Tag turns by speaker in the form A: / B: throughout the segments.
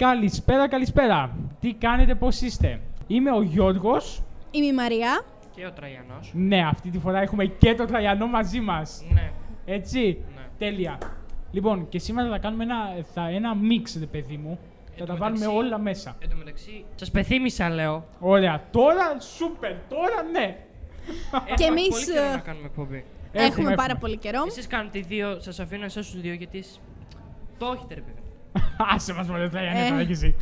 A: Καλησπέρα, καλησπέρα. Τι κάνετε, πώς είστε. Είμαι ο Γιώργος.
B: Είμαι η Μαρία.
C: Και ο Τραγιανό.
A: Ναι, αυτή τη φορά έχουμε και το Τραγιανό μαζί μας.
C: Ναι.
A: Έτσι.
C: Ναι.
A: Τέλεια. Λοιπόν, και σήμερα θα κάνουμε ένα, θα, ένα mix, ρε παιδί μου.
C: Εν
A: θα
C: τω
A: τα βάλουμε
C: μεταξύ-
A: όλα μέσα.
C: Εν τω μεταξύ, σας πεθύμησα, λέω.
A: Ωραία. Τώρα, σούπερ. Τώρα, ναι.
C: Έχουμε
B: εμείς,
C: πολύ καιρό
B: ε,
C: να κάνουμε εκπομπή.
B: Έχουμε,
A: Έχουμε,
B: πάρα
A: έχουμε.
B: πολύ καιρό.
C: Εσείς κάνετε δύο, σας αφήνω εσάς τους δύο γιατί. εσείς Το έχετε, ρε παιδί.
A: Άσε μας, μωρέ, Τραγιανό,
B: Ε.
A: τώρα κι εσύ.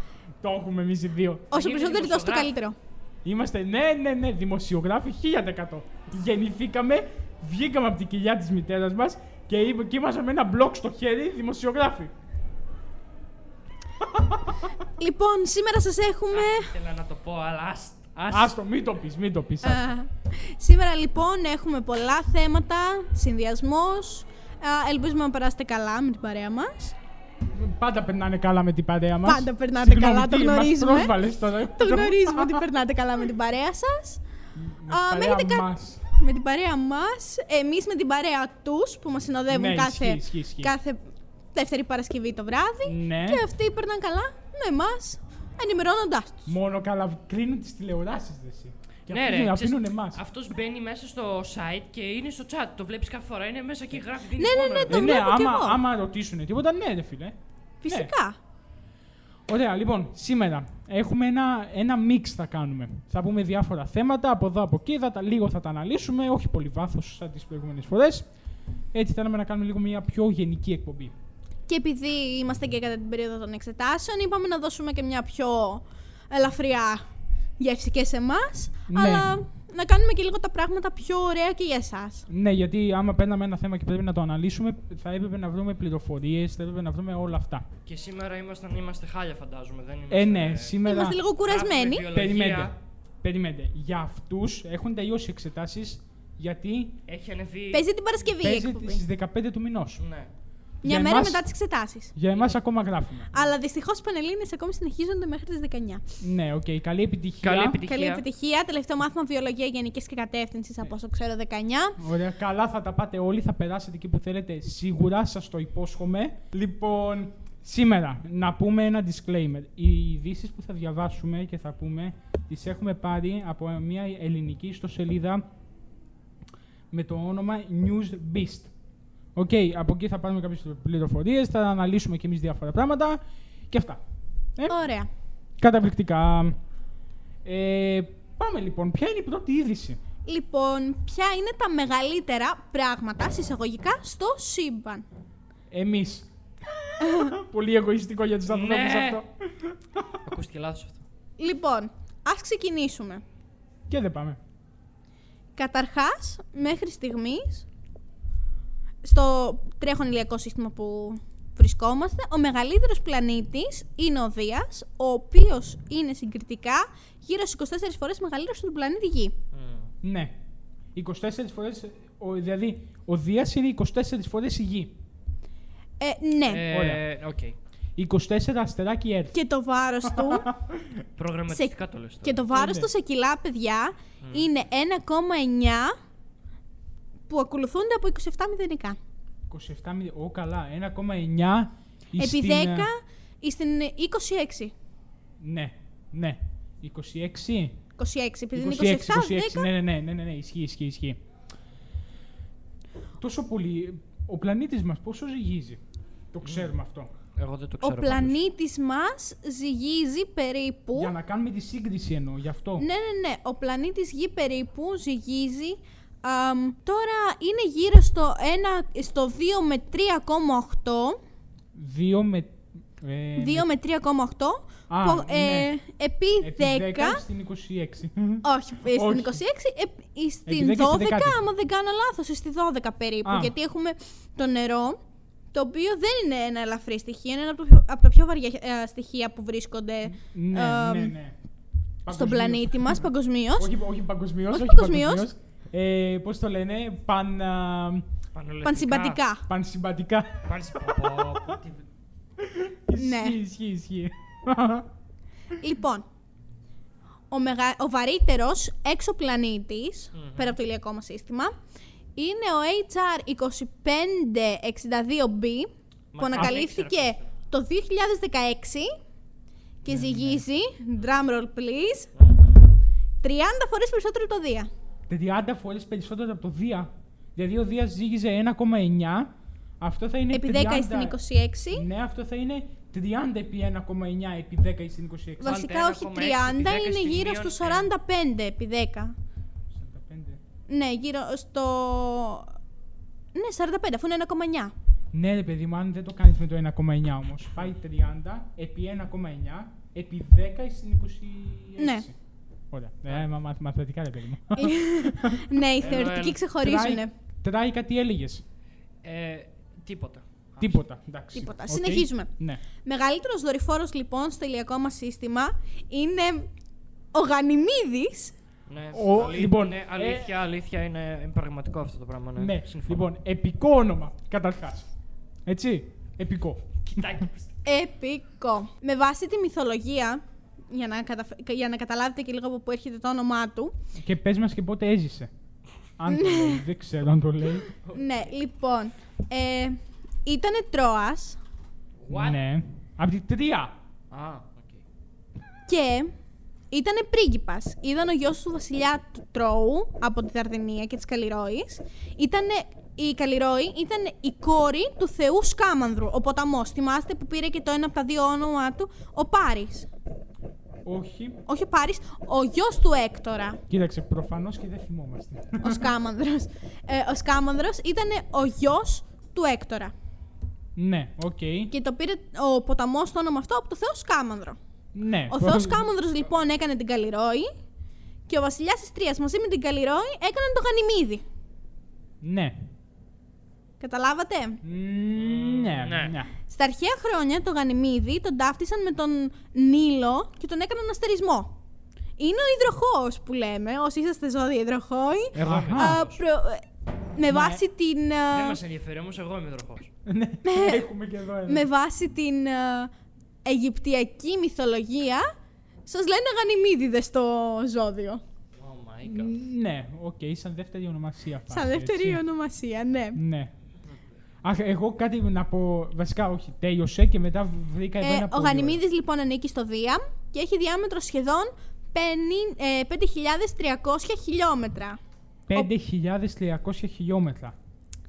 A: Το έχουμε εμείς οι δύο.
B: Όσο
C: Γίνετε
B: περισσότερο, τόσο το
C: δημοσιογράφοι.
B: καλύτερο.
A: Είμαστε, ναι, ναι, ναι, δημοσιογράφοι 1000%. Γεννηθήκαμε, βγήκαμε από την κοιλιά της μητέρας μας και, είπα- και ήμασταν με ένα μπλοκ στο χέρι δημοσιογράφοι.
B: Λοιπόν, σήμερα σας έχουμε.
C: Θέλω να το πω, αλλά ας, ας-
A: Άστο, μην το πεις, μην το πεις.
B: Α, ε, σήμερα λοιπόν έχουμε πολλά θέματα, συνδυασμός. Α, ελπίζουμε να περάσετε καλά με την παρέα μας.
A: Πάντα περνάνε καλά με την παρέα μας.
B: Πάντα περνάτε καλά, το γνωρίζουμε.
A: τώρα.
B: Το γνωρίζουμε ότι περνάτε καλά με την παρέα σας. Α,
A: με
B: έχετε
A: την
B: κάτι-
A: παρέα μας.
B: Με την παρέα μας, εμείς με την παρέα τους που μας συνοδεύουν
A: Ναι,
B: κάθε,
A: ισχύει, ισχύει, ισχύει.
B: κάθε Δεύτερη Παρασκευή το βράδυ.
A: Ναι.
B: Και αυτοί περνάνε καλά με εμάς, ενημερώνοντάς τους.
A: Μόνο καλά, κρίνουν τις τηλεοράσεις δε εσύ. Και
C: Ναι,
A: αφήνουν-
C: ρε.
A: αφήνουν εμάς.
C: Αυτός μπαίνει μέσα στο site και είναι στο chat. Το βλέπεις κάθε φορά, είναι μέσα
A: Ε,
C: και γράφει. δίνει
B: Ναι, ναι,
C: νούμερο.
B: ναι, το βλέπω κι
A: άμα,
B: εγώ.
A: άμα ρωτήσουν τίποτα, ναι, ρε φίλε. Ναι.
B: Φυσικά.
A: Ωραία, λοιπόν, σήμερα έχουμε ένα, ένα mix θα κάνουμε. Θα πούμε διάφορα θέματα από εδώ από εκεί, θα τα, λίγο θα τα αναλύσουμε, όχι πολύ βάθος σαν τις προηγούμενες φορές. Έτσι θέλαμε να κάνουμε λίγο μια πιο γενική εκπομπή.
B: Και επειδή είμαστε και κατά την περίοδο των εξετάσεων, είπαμε να δώσουμε και μια πιο ελαφριά γεύση και σε εμάς.
A: Ναι.
B: Αλλά να κάνουμε και λίγο τα πράγματα πιο ωραία και για εσάς.
A: Ναι, γιατί άμα παίρναμε ένα θέμα και πρέπει να το αναλύσουμε, θα έπρεπε να βρούμε πληροφορίες, θα έπρεπε να βρούμε όλα αυτά.
C: Και σήμερα ήμασταν, είμαστε χάλια, φαντάζομαι. Δεν είμαστε,
A: Ε, ναι, σήμερα.
B: Είμαστε λίγο κουρασμένοι.
C: Γράφουμε
A: Περιμένετε.
C: βιολογία.
A: Περιμένετε. Για αυτούς έχουν τελειώσει οι εξετάσεις γιατί
C: Έχει ανεβεί.
B: Παίζει την Παρασκευή η
A: παίζει
B: εκπομπή.
A: στις 15 του μηνός.
C: Ναι.
B: Μια
A: για
B: μέρα
A: εμάς-
B: μετά τις εξετάσεις.
A: Για εμάς ακόμα γράφουμε.
B: Αλλά δυστυχώς οι Πανελλήνες ακόμη συνεχίζονται μέχρι τις 19.
A: Ναι, οκ, καλή επιτυχία.
C: Καλή επιτυχία.
B: Καλή επιτυχία. Τελευταίο μάθημα βιολογία γενική και κατεύθυνση, από όσο ξέρω, 19.
A: Ωραία, καλά θα τα πάτε όλοι, θα περάσετε εκεί που θέλετε, σίγουρα σας το υπόσχομαι. Λοιπόν, σήμερα να πούμε ένα disclaimer. Οι ειδήσεις που θα διαβάσουμε και θα πούμε, τις έχουμε πάρει από μια ελληνική ιστοσελίδα με το όνομα News Beast. Οκ, από εκεί θα πάρουμε κάποιες πληροφορίες, θα αναλύσουμε και εμείς διάφορα πράγματα και αυτά. Ε,
B: Ωραία.
A: καταπληκτικά. Ε, πάμε λοιπόν, ποια είναι η πρώτη είδηση.
B: Λοιπόν, ποια είναι τα μεγαλύτερα πράγματα συσσαγωγικά στο σύμπαν.
A: Εμείς. Πολύ εγωιστικό για τους ανθρώπου
C: Ναι.
A: αυτό.
C: Ακούστηκε λάθος αυτό.
B: Λοιπόν, ας ξεκινήσουμε.
A: Και δεν πάμε.
B: Καταρχάς, μέχρι στιγμής, στο τρέχον ηλιακό σύστημα που βρισκόμαστε, ο μεγαλύτερος πλανήτης είναι ο Δίας, ο οποίος είναι συγκριτικά γύρω στις 24 φορές μεγαλύτερος του πλανήτη Γη.
A: Ναι. 24 φορέ. Δηλαδή, ο Δίας είναι 24 φορές η γη.
B: Ε, ναι.
C: Ε, οκ.
A: 24 αστεράκι έρθει.
B: Και το βάρος του,
C: Προγραμματιστικά το λες τώρα.
B: και το βάρος
A: ναι. Mm.
B: του σε κιλά, παιδιά, είναι 1,9 που ακολουθούνται από 27 μηδενικά.
A: 27 μη- Ω, καλά. 1,9 εις
B: Επί
A: την,
B: 10
A: ε,
B: ή στην 26.
A: Ναι, ναι. 26.
B: 26, επειδή είναι 27,
A: 26, 26.
B: 10.
A: Ναι, ναι, ναι, ναι, ναι, ναι, ισχύει, ισχύει, ισχύει. Τόσο πολύ. Ο πλανήτης μας πόσο ζυγίζει. Το ξέρουμε αυτό.
C: Εγώ δεν το
B: Ο
C: ξέρω. πάντως.
B: πλανήτης μας ζυγίζει περίπου...
A: Για να κάνουμε τη σύγκριση εννοώ, γι' αυτό.
B: Ναι, ναι, ναι. Ο πλανήτης Γη περίπου ζυγίζει... αμ, τώρα είναι γύρω στο, 1, στο 2 με 3,8.
A: 2 με. Ε,
B: 2 με 3,8.
A: Α,
B: που, ε,
A: ναι.
B: Επί 10...
A: Επί 10 στην Ναι, 26.
B: Όχι, ε, στην
A: Όχι.
B: 26, ε,
A: 10
B: ε, στην 12,
A: ή στην δεκάτη.
B: άμα δεν κάνω λάθος, ε, στη 12 περίπου,
A: Α.
B: γιατί έχουμε το νερό, το οποίο δεν είναι ένα ελαφρύ στοιχείο, είναι ένα από τα πιο, από τα πιο βαριά ε, στοιχεία που βρίσκονται
A: Ναι,
B: ε,
A: ναι, ναι.
B: στον
A: Παγκοσμίως.
B: πλανήτη μας παγκοσμίως.
A: Όχι, όχι παγκοσμίως.
B: Όχι
A: Όχι
B: παγκοσμίως.
A: παγκοσμίως. Ε, Πώς το λένε, παν, α,
C: Πανολεκτικά.
B: Πανσυμπατικά.
A: πανσυμπατικά.
C: Πάλι σε- πω, πω, πω, τι-
A: Ναι.
B: Ναι.
A: Ισχύει, ισχύει, ισχύει.
B: λοιπόν, ο, μεγα... ο βαρύτερος έξω πλανήτης,
C: Μμμ.
B: πέρα από το ηλιακό μας σύστημα, είναι ο HR2562B,
C: Μα
B: που
C: καλά,
B: ανακαλύφθηκε
C: ήξερα,
B: το 2016
C: Ναι,
B: και ζυγίζει. Drum roll, please. 30 φορές περισσότερο το Δία.
A: 30 φορέ περισσότερο από το Δία. Δηλαδή ο Δίας ζύγιζε 1,9. Αυτό θα είναι.
B: Επί
A: 30...
B: 10 στην 26.
A: Ναι, αυτό θα είναι 30 επί 1,9 επί 10 ή στην 26.
C: Βάλτε
B: Βασικά όχι 30,
C: 1,6, επί 10
B: είναι
C: στη
B: γύρω
C: μείον
B: στους 45 επί 10.
A: 45.
B: Ναι, γύρω στο... Ναι, 45, αφού είναι 1,9.
A: Ναι, ρε παιδί μου, αν δεν το κάνεις με το 1,9 όμως. Πάει 30 επί 1,9 επί 10 ή στην 26.
B: Ναι. Ε,
A: Ωραία. Ε, μα, μαθ- μαθηματικά, ρε παιδί μου.
B: ναι, οι
C: Well,
B: θεωρητικοί
C: try.
B: ξεχωρίζουν.
A: Τράει κάτι έλεγες.
C: Ε, τίποτα.
A: Τίποτα. Εντάξει.
B: Τίποτα.
A: Οκ.
B: Συνεχίζουμε.
A: Ναι.
B: Μεγαλύτερος δορυφόρος λοιπόν στο ηλιακό μας σύστημα είναι ο Γανιμίδης.
C: Ναι,
A: Ο-
C: αλή-
A: λοιπόν,
C: ναι,
A: ε,
C: αλήθεια, αλήθεια είναι είναι πραγματικό αυτό το πράγμα. Ναι,
A: ναι.
C: συμφωνώ.
A: Λοιπόν, επικό όνομα καταρχάς. Έτσι. Επικό.
C: κοιτάξτε.
B: Επικό. Με βάση τη μυθολογία, για να, καταφ- για να καταλάβετε και λίγο από πού έρχεται το όνομά του,
A: Και πες μας και πότε έζησε. Αν το λέει, δεν ξέρω αν το λέει.
B: ναι, λοιπόν, ε, ήτανε Τρόας
C: What?
A: Ναι. Από τη τρία.
C: Α, οκ.
B: και ήτανε πρίγκιπας. Ήταν ο γιος του βασιλιά του Τρόου από τη Δαρδενία και της Καλλιρόης. Ήτανε η Καλλιρόη ήταν η κόρη του θεού Σκάμανδρου, ο ποταμός. Θυμάστε που πήρε και το ένα από τα δύο όνομα του, ο Πάρης.
A: Όχι.
B: Όχι ο Πάρης, ο γιος του Έκτορα.
A: Κοίταξε, προφανώς και δεν θυμόμαστε.
B: ο Σκάμανδρος. Ε, ο Σκάμανδρος ήταν ο γιος του Έκτορα.
A: ναι, οκ.
B: Και το πήρε ο ποταμός το όνομα αυτό από το θεό Σκάμανδρο.
A: Ναι.
B: Ο θεός Σκάμανδρος λοιπόν έκανε την Καλλιρόη και ο βασιλιάς της Τρίας μαζί με την Καλλιρόη έκαναν το Γανιμίδη.
A: Ναι.
B: Καταλάβατε.
A: Ναι,
C: ναι.
A: ναι.
B: Στα αρχαία χρόνια το Γανιμίδη τον ταύτισαν με τον Νίλο και τον έκαναν αστερισμό. Είναι ο υδροχόος που λέμε, όσοι είσαστε ζώδια υδροχόοι.
A: Εγώ είμαι.
C: Α. Ναι.
B: Α, προ- ε, με βάση την... ε, α,
C: Δεν μας ενδιαφέρει όμως, εγώ είμαι τροχό.
A: Ναι, έχουμε και εδώ ένα.
B: με βάση την ε, Αιγυπτιακή μυθολογία, σας λένε Γανιμίδιδες στο ζώδιο.
C: Oh my god.
A: Ναι, οκ, σαν δεύτερη ονομασία.
B: Σαν
A: φάση,
B: δεύτερη
A: έτσι.
B: ονομασία, ναι.
A: Ναι. Αχ, εγώ κάτι να πω. Βασικά, όχι, τέλειωσε και μετά βρήκα εδώ
B: Ε,
A: ένα
B: ο
A: πολύ
B: Γανιμίδης λοιπόν ανήκει στο Δία και έχει διάμετρο σχεδόν 50, ε, 5.300 χιλιόμετρα.
A: ωραίο. 5.300 χιλιόμετρα.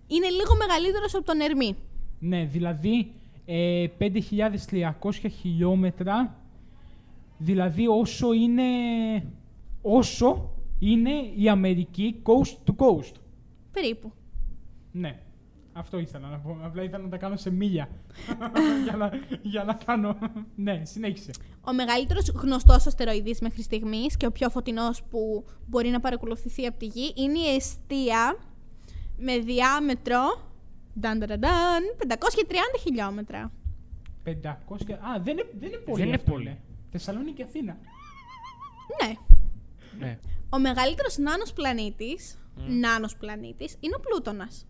B: Είναι λίγο μεγαλύτερος από τον Ερμή.
A: Ναι, δηλαδή ε, 5.300 χιλιόμετρα, δηλαδή όσο είναι, όσο είναι η Αμερική coast to coast.
B: Περίπου.
A: Ναι, αυτό ήθελα να πω. Απλά ήθελα να τα κάνω σε μίλια. για, να, για να κάνω. ναι, συνέχισε.
B: Ο μεγαλύτερος γνωστός αστεροειδής μέχρι στιγμής και ο πιο φωτεινός που μπορεί να παρακολουθηθεί από τη Γη είναι η Εστία με διάμετρο νταν, νταν, νταν, 530 χιλιόμετρα.
A: 500. Α, δεν είναι, δεν είναι πολύ.
C: Δεν είναι
A: αυτό,
C: πολύ.
A: ναι. Θεσσαλονίκη, Αθήνα.
B: Ναι.
C: Ναι.
B: Ο μεγαλύτερος νάνος πλανήτης, νάνος πλανήτης, είναι ο Πλούτονας.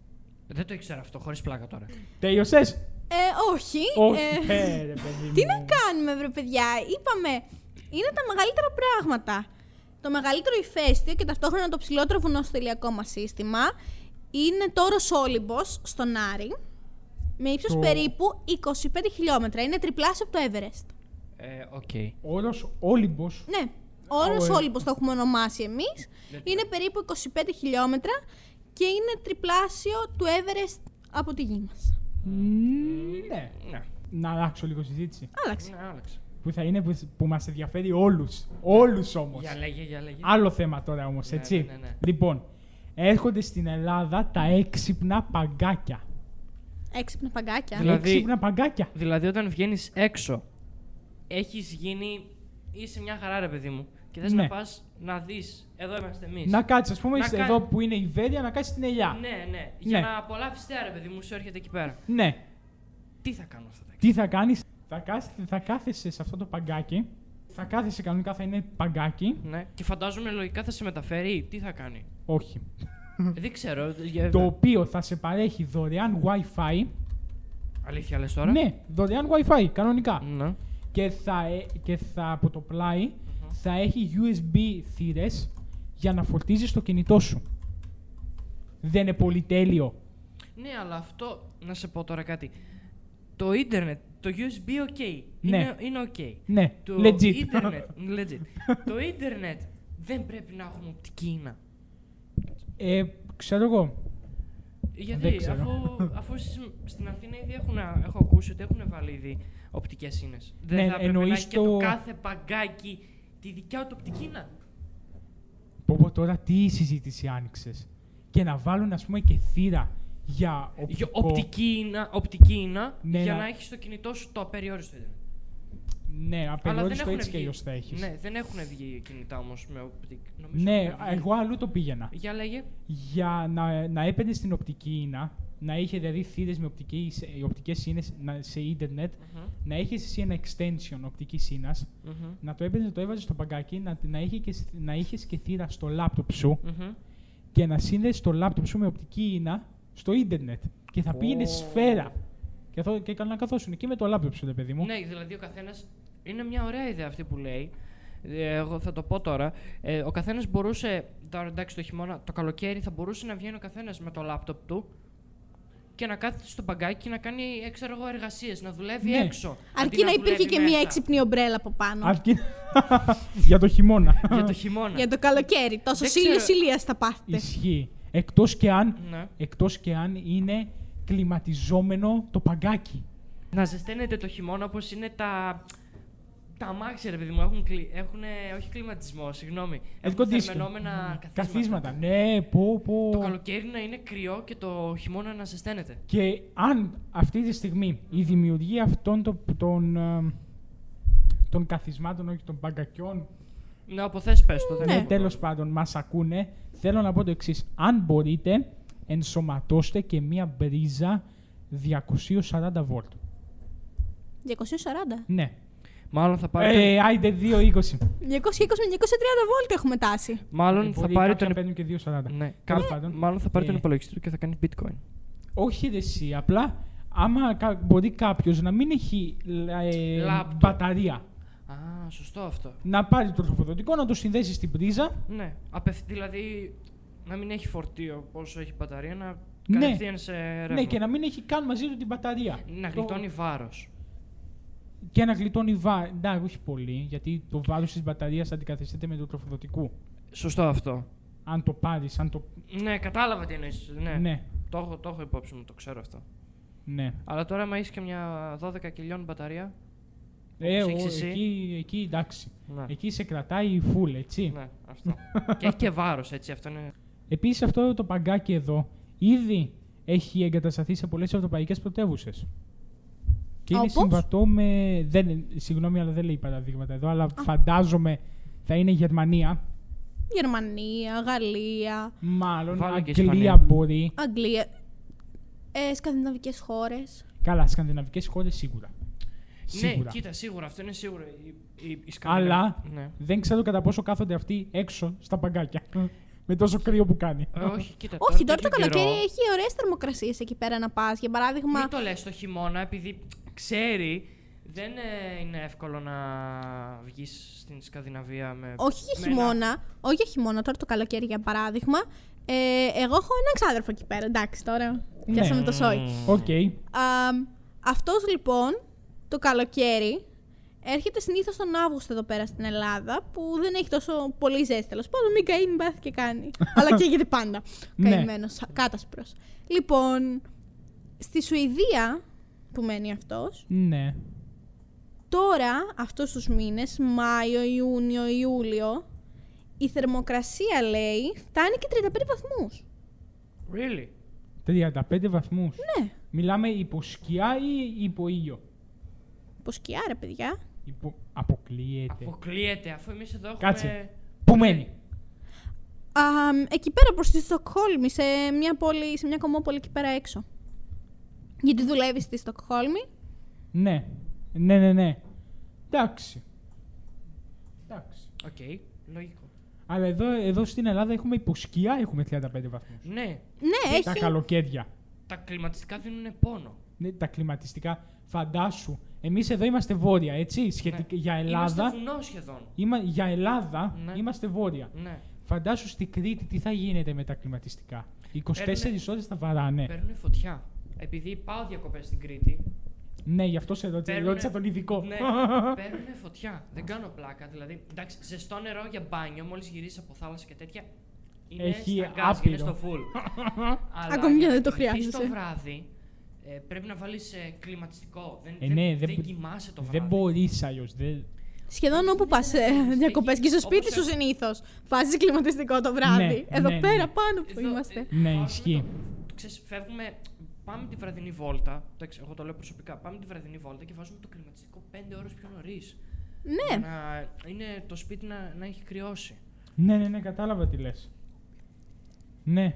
C: Δεν το ήξερα αυτό, χωρίς πλάκα τώρα.
A: Τέλειωσες.
B: Ε, όχι.
A: Όχι.
B: ε,
A: ε, ρε, παιδί
B: τι
A: μου.
B: να κάνουμε, βρε παιδιά. Είπαμε, είναι τα μεγαλύτερα πράγματα. Το μεγαλύτερο ηφαίστειο και ταυτόχρονα το ψηλότερο βουνό στο ηλιακό μας σύστημα είναι το Ροσόλυμπος στον Άρη, με ύψος
A: Το-
B: περίπου 25 χιλιόμετρα. Είναι τριπλάσιο από το Everest.
C: Ε, οκ.
A: Όρος Όλυμπος.
B: Ναι, ο
A: ε.
B: όρος
A: Ναι,
B: Όλυμπος το έχουμε ονομάσει εμείς.
C: Δεν το
B: Είναι περίπου 25 χιλιόμετρα και είναι τριπλάσιο του Everest από τη γη μας.
A: Ναι.
C: Ναι,
A: Να αλλάξω λίγο συζήτηση.
B: Άλλαξε.
C: ναι, άλλαξε.
A: Που θα είναι που, που μας ενδιαφέρει όλους. Όλους όμως.
C: Για λέγε, για λέγε.
A: Άλλο θέμα τώρα όμως,
C: Ναι,
A: έτσι.
C: ναι, ναι, ναι.
A: Λοιπόν, έρχονται στην Ελλάδα τα έξυπνα παγκάκια.
B: Έξυπνα παγκάκια.
C: Δηλαδή-
A: Έξυπνα παγκάκια.
C: Δηλαδή, όταν βγαίνεις έξω, έχεις γίνει. είσαι μια χαρά, ρε παιδί μου. Και θες
A: Ναι.
C: να πας να δεις. Εδώ είμαστε εμείς.
A: Να κάτσεις, ας πούμε,
C: Να
A: είστε
C: κα-
A: εδώ που είναι η Βέρεια, να κάτσεις την ελιά.
C: Ναι, ναι. Για
A: Ναι.
C: να απολαύσεις τέρα, ρε παιδί μου, σου έρχεται εκεί πέρα.
A: Ναι.
C: Τι θα κάνω αυτά τα έξω.
A: Τι θα κάνεις, θα, κάθεσαι- θα κάθεσαι σε αυτό το παγκάκι. Θα κάθεσαι κανονικά, θα είναι παγκάκι.
C: Ναι. Και φαντάζομαι λογικά θα σε μεταφέρει. Τι θα κάνει.
A: Όχι.
C: Δεν ξέρω. Για...
A: Το οποίο θα σε παρέχει δωρεάν Wi-Fi.
C: Αλήθεια λες τώρα.
A: Ναι, δωρεάν Wi-Fi, κανονικά.
C: Ναι.
A: Και, θα, ε, και θα, από το πλαι θα έχει USB θύρες για να φορτίζεις το κινητό σου. Δεν είναι πολύ τέλειο.
C: Ναι, αλλά αυτό. Να σε πω τώρα κάτι. Το ίντερνετ το USB ok.
A: Ναι.
C: Είναι, είναι ok.
A: Ναι,
C: Το
A: legit.
C: Ίντερνετ, legit. το ίντερνετ δεν πρέπει να έχουμε οπτική ίνα.
A: Ε, ξέρω εγώ. Δεν
C: Γιατί
A: ξέρω.
C: αφού, αφού στις- στην Αθήνα ήδη έχουν, έχω ακούσει ότι έχουν βάλει ήδη οπτικές ίνες. Δεν
A: Ναι,
C: θα πρέπει να
A: εννοείς
C: έχει και το
A: το-
C: κάθε παγκάκι τη δικιά του οπτική ίνα.
A: Πω πω τώρα τι συζήτηση άνοιξες. Και να βάλουν ας πούμε και θύρα για οπτικό.
C: Για Οπτική ίνα, οπτική ίνα
A: Ναι,
C: για
A: να-
C: να έχεις στο κινητό σου το απεριόριστο ίντερνετ.
A: Ναι,
C: Αλλά δεν
A: απεριόριστο
C: έχουν
A: έτσι και
C: βγει.
A: αλλιώς θα έχεις.
C: Ναι, δεν έχουν βγει κινητά όμως με οπτική. νομίζω
A: Ναι,
C: έχουν βγει.
A: εγώ αλλού το πήγαινα.
C: Για λέγε.
A: Για να, να έπαιρνες στην οπτική ίνα, να είχε δηλαδή θύρες με οπτική, σε- οι οπτικές ίνες να- σε ίντερνετ,
C: Μμμ,
A: να έχεις εσύ ένα extension οπτικής ίνας,
C: μμμ,
A: να το έπαιρνες, να το έβαζες στο παγκάκι, να, να, είχε και, σ- να είχες και θύρα στο λάπτοπ σου
C: μμμ.
A: και να σύνδεσες το λάπτοπ σου με οπτική ίνα στο ίντερνετ. Και θα πήγαινε
C: Ω.
A: σφαίρα. Και, θα, και να καθόσουν εκεί με το λάπτοπ σου, ρε παιδί μου.
C: Ναι, δηλαδή ο καθένας. Είναι μια ωραία ιδέα αυτή που λέει. Ε, Εγώ θα το πω τώρα. Ε, ο καθένας μπορούσε. Τώρα εντάξει το χειμώνα, το καλοκαίρι θα μπορούσε να βγαίνει ο καθένας με το λάπτοπ του και να κάθεται στο μπαγκάκι και να κάνει ε, ξέρω εγώ, εργασίες, να δουλεύει
A: Ναι.
C: έξω. αντί
B: Αρκεί να υπήρχε
C: δουλεύει
B: και μία
C: μέσα.
B: έξυπνη ομπρέλα από πάνω.
A: Αρκεί. για το χειμώνα.
C: Για το χειμώνα.
B: Για το καλοκαίρι. Τόσο
C: Δεν
B: ήλιο
C: ξέρω.
B: ηλία θα πάθετε.
A: Ισχύει. Εκτός και αν
C: Ναι.
A: εκτός και αν είναι κλιματιζόμενο το παγκάκι.
C: Να ζεσταίνεται το χειμώνα όπως είναι τα. Τα αμάξια, ρε παιδί μου, έχουν, κλει... έχουν όχι κλιματισμό, συγγνώμη. Έχουν
A: conditioning.
C: θερμενόμενα καθίσματα.
A: Καθίσματα. Ναι, πω, πω.
C: Το καλοκαίρι να είναι κρυό και το χειμώνα να ζεσταίνεται.
A: Και αν αυτή τη στιγμή η δημιουργία αυτών των, των, ε, των καθισμάτων, όχι των παγκακιών,
C: Να αποθέσει, πες το. δεν
A: ναι.
C: έχω
A: τέλος
C: πρόβλημα.
A: πάντων μας ακούνε, θέλω να πω το εξής. Αν μπορείτε, ενσωματώστε και μία μπρίζα 240 βόλτ.
B: 240. 220
A: Ναι.
C: Μάλλον θα πάρει.
A: Ε, άιντε 220.
B: με 230 βόλτ έχουμε τάση.
C: Μάλλον θα
A: Μπορεί
C: πάρει
A: ε, κάποια
C: τον.
A: παίρνουν και 240.
C: Ναι,
A: Τέλος
C: κάπου-
A: πάντων.
C: Μάλλον θα πάρει
A: Ε,
C: τον υπολογιστή του και θα κάνει bitcoin.
A: Όχι ρε εσύ, απλά άμα κα- μπορεί κάποιος να μην έχει ε,
C: Λάπτοπ.
A: μπαταρία,
C: Α, σωστό αυτό.
A: να πάρει το τροφοδοτικό, να το συνδέσει στην πρίζα,
C: Ναι. Απευθύ, δηλαδή να μην έχει φορτίο όσο έχει μπαταρία, να
A: Ναι.
C: κατευθείαν σε ρεύμα.
A: ναι, και να μην έχει καν μαζί του την μπαταρία.
C: Ε, Να
A: Το-
C: γλιτώνει βάρος.
A: Και να γλιτώνει βάρο. Ναι, όχι πολύ, γιατί το βάρος της μπαταρίας αντικαθιστείται με το τροφοδοτικό.
C: Σωστό αυτό.
A: Αν το πάρεις, αν το.
C: Ναι, κατάλαβα τι εννοείς. Ναι.
A: Ναι,
C: Το, έχω, το έχω υπόψη μου, το ξέρω αυτό.
A: ναι.
C: Αλλά τώρα, άμα έχεις και μια 12 κιλιών μπαταρία.
A: Ε,
C: Όπως
A: ο-
C: έχεις εσύ.
A: εκεί, εκεί εντάξει.
C: Ναι.
A: Εκεί σε κρατάει η φούλ, έτσι.
C: Ναι, αυτό. και έχει και βάρος, έτσι. Αυτό είναι.
A: Επίσης, αυτό το παγκάκι εδώ ήδη έχει εγκατασταθεί σε πολλές ευρωπαϊκές πρωτεύουσες. Και είναι
B: Όπως?
A: συμβατό με. Δεν, συγγνώμη, αλλά δεν λέει παραδείγματα εδώ, αλλά φαντάζομαι θα είναι Γερμανία.
B: Γερμανία, Γαλλία,
A: Μάλλον
C: Βάλε και
A: Αγγλία
C: Ισπανία.
A: μπορεί.
B: Αγγλία. Ε, Σκανδιναβικές χώρες.
A: Καλά, σκανδιναβικές χώρες σίγουρα.
C: Ναι,
A: Σίγουρα.
C: κοίτα, σίγουρα. Αυτό είναι σίγουρο. Η, η, η Σκανδιναβ-
A: αλλά
C: Ναι.
B: Ε,
A: δεν ξέρω κατά πόσο κάθονται αυτοί έξω στα παγκάκια. με τόσο κρύο που κάνει.
C: Ε, όχι, κοίτα.
B: Όχι, τώρα το
C: τέτοιο
B: καλοκαίρι
C: καιρό-
B: έχει ωραίες θερμοκρασίες εκεί πέρα να πας. Για παράδειγμα.
C: Μην το λες το χειμώνα, επειδή ξέρει, δεν ε, είναι εύκολο να βγεις στην Σκανδιναβία με...
B: Όχι για
C: με ένα-
B: χειμώνα. Όχι για χειμώνα, τώρα το καλοκαίρι για παράδειγμα. Ε, εγώ έχω έναν ξάδερφο εκεί πέρα. Εντάξει, τώρα.
A: Ναι.
B: Πιάσαμε
C: Mm.
B: το σόι.
A: Οκ.
B: Α, αυτός λοιπόν το καλοκαίρι έρχεται συνήθως τον Αύγουστο εδώ πέρα στην Ελλάδα που δεν έχει τόσο πολύ ζέστη. Τέλος πάντων, μην καεί, μην πάθει και κάνει. Αλλά καίγεται πάντα.
A: Ναι.
B: Καημένος, κάτασπρος. Λοιπόν, στη Σουηδία που μένει αυτός,
A: Ναι.
B: τώρα αυτούς τους μήνες, Μάιο, Ιούνιο, Ιούλιο, η θερμοκρασία λέει φτάνει και 35 βαθμούς.
C: Really?
A: 35 βαθμούς.
B: Ναι,
A: Μιλάμε υπό σκιά ή υπό ήλιο.
B: ποσκιά ρε παιδιά.
A: Υπο... Αποκλείεται.
C: Αποκλείεται, αφού εμείς εδώ έχουμε...
A: Κάτσε. Πού μένει.
B: Α, μ, εκεί πέρα προς τη Στοκχόλμη, σε μια, πόλη, σε μια κομμόπολη εκεί πέρα έξω. Γιατί δουλεύεις στη Στοκχόλμη.
A: Ναι. Ναι, ναι, ναι. Εντάξει. Εντάξει.
C: Οκ, λογικό.
A: Αλλά εδώ, εδώ στην Ελλάδα έχουμε υποσκιά, έχουμε 35 βαθμούς.
C: Ναι,
B: Ναι,
A: Τα
B: έχει.
A: καλοκαίρια.
C: τα κλιματιστικά δίνουν πόνο.
A: Ναι, τα κλιματιστικά. Φαντάσου. Εμείς εδώ είμαστε βόρεια, έτσι. Σχετικά,
C: Ναι.
A: Για Ελλάδα.
C: Είμαστε βουνό σχεδόν.
A: Είμα, για Ελλάδα
C: Ναι.
A: είμαστε βόρεια.
C: Ναι.
A: Φαντάσου στη Κρήτη τι θα γίνεται με τα κλιματιστικά. 24
C: Παίρνουνε-
A: ώρες θα βαράνε.
C: Παίρνουν φωτιά. Επειδή πάω διακοπές στην Κρήτη,
A: Ναι, γι' αυτό σε ρώτησα.
C: Παίρνουνε-
A: Ρώτησα τον ειδικό.
C: Ναι, παίρνουν φωτιά. Δεν κάνω πλάκα. Δηλαδή, εντάξει, ζεστό νερό για μπάνιο, μόλις γυρίσεις από θάλασσα και τέτοια. Είναι
A: Έχει
C: στα γκάζ, είναι
A: άπειρο.
C: στο full. Αλλά
B: Ακόμη και
C: για
B: αν δεν
C: να
B: το
C: κοιμηθείς
B: χρειάζεσαι.
C: το βράδυ ε, πρέπει να βάλεις κλιματιστικό. Δεν,
A: Ε,
C: δεν-
A: ναι,
C: δεν,
A: δεν-
C: κοιμάσαι το βράδυ.
A: Δεν μπορείς αλλιώς. Δεν...
B: Σχεδόν όπου πας
C: ναι,
B: διακοπέ
C: ναι,
B: και στο
C: όπως
B: σπίτι
C: σε-
B: σου συνήθως. Βάζεις κλιματιστικό το βράδυ.
A: Ναι,
B: Εδώ
A: ναι,
B: πέρα
A: ναι.
B: πάνω που
C: Εδώ,
B: είμαστε.
C: ε,
A: Ναι,
C: βάζουμε
A: ισχύει.
C: το- Ξέρεις, φεύγουμε, πάμε τη βραδινή βόλτα. Εντάξει, εγώ το λέω προσωπικά. Πάμε τη βραδινή βόλτα και βάζουμε το κλιματιστικό 5 ώρες πιο νωρίς.
B: Ναι.
C: Να είναι το σπίτι να, να έχει κρυώσει.
A: Ναι, ναι, ναι, κατάλαβα τι λες. Ναι.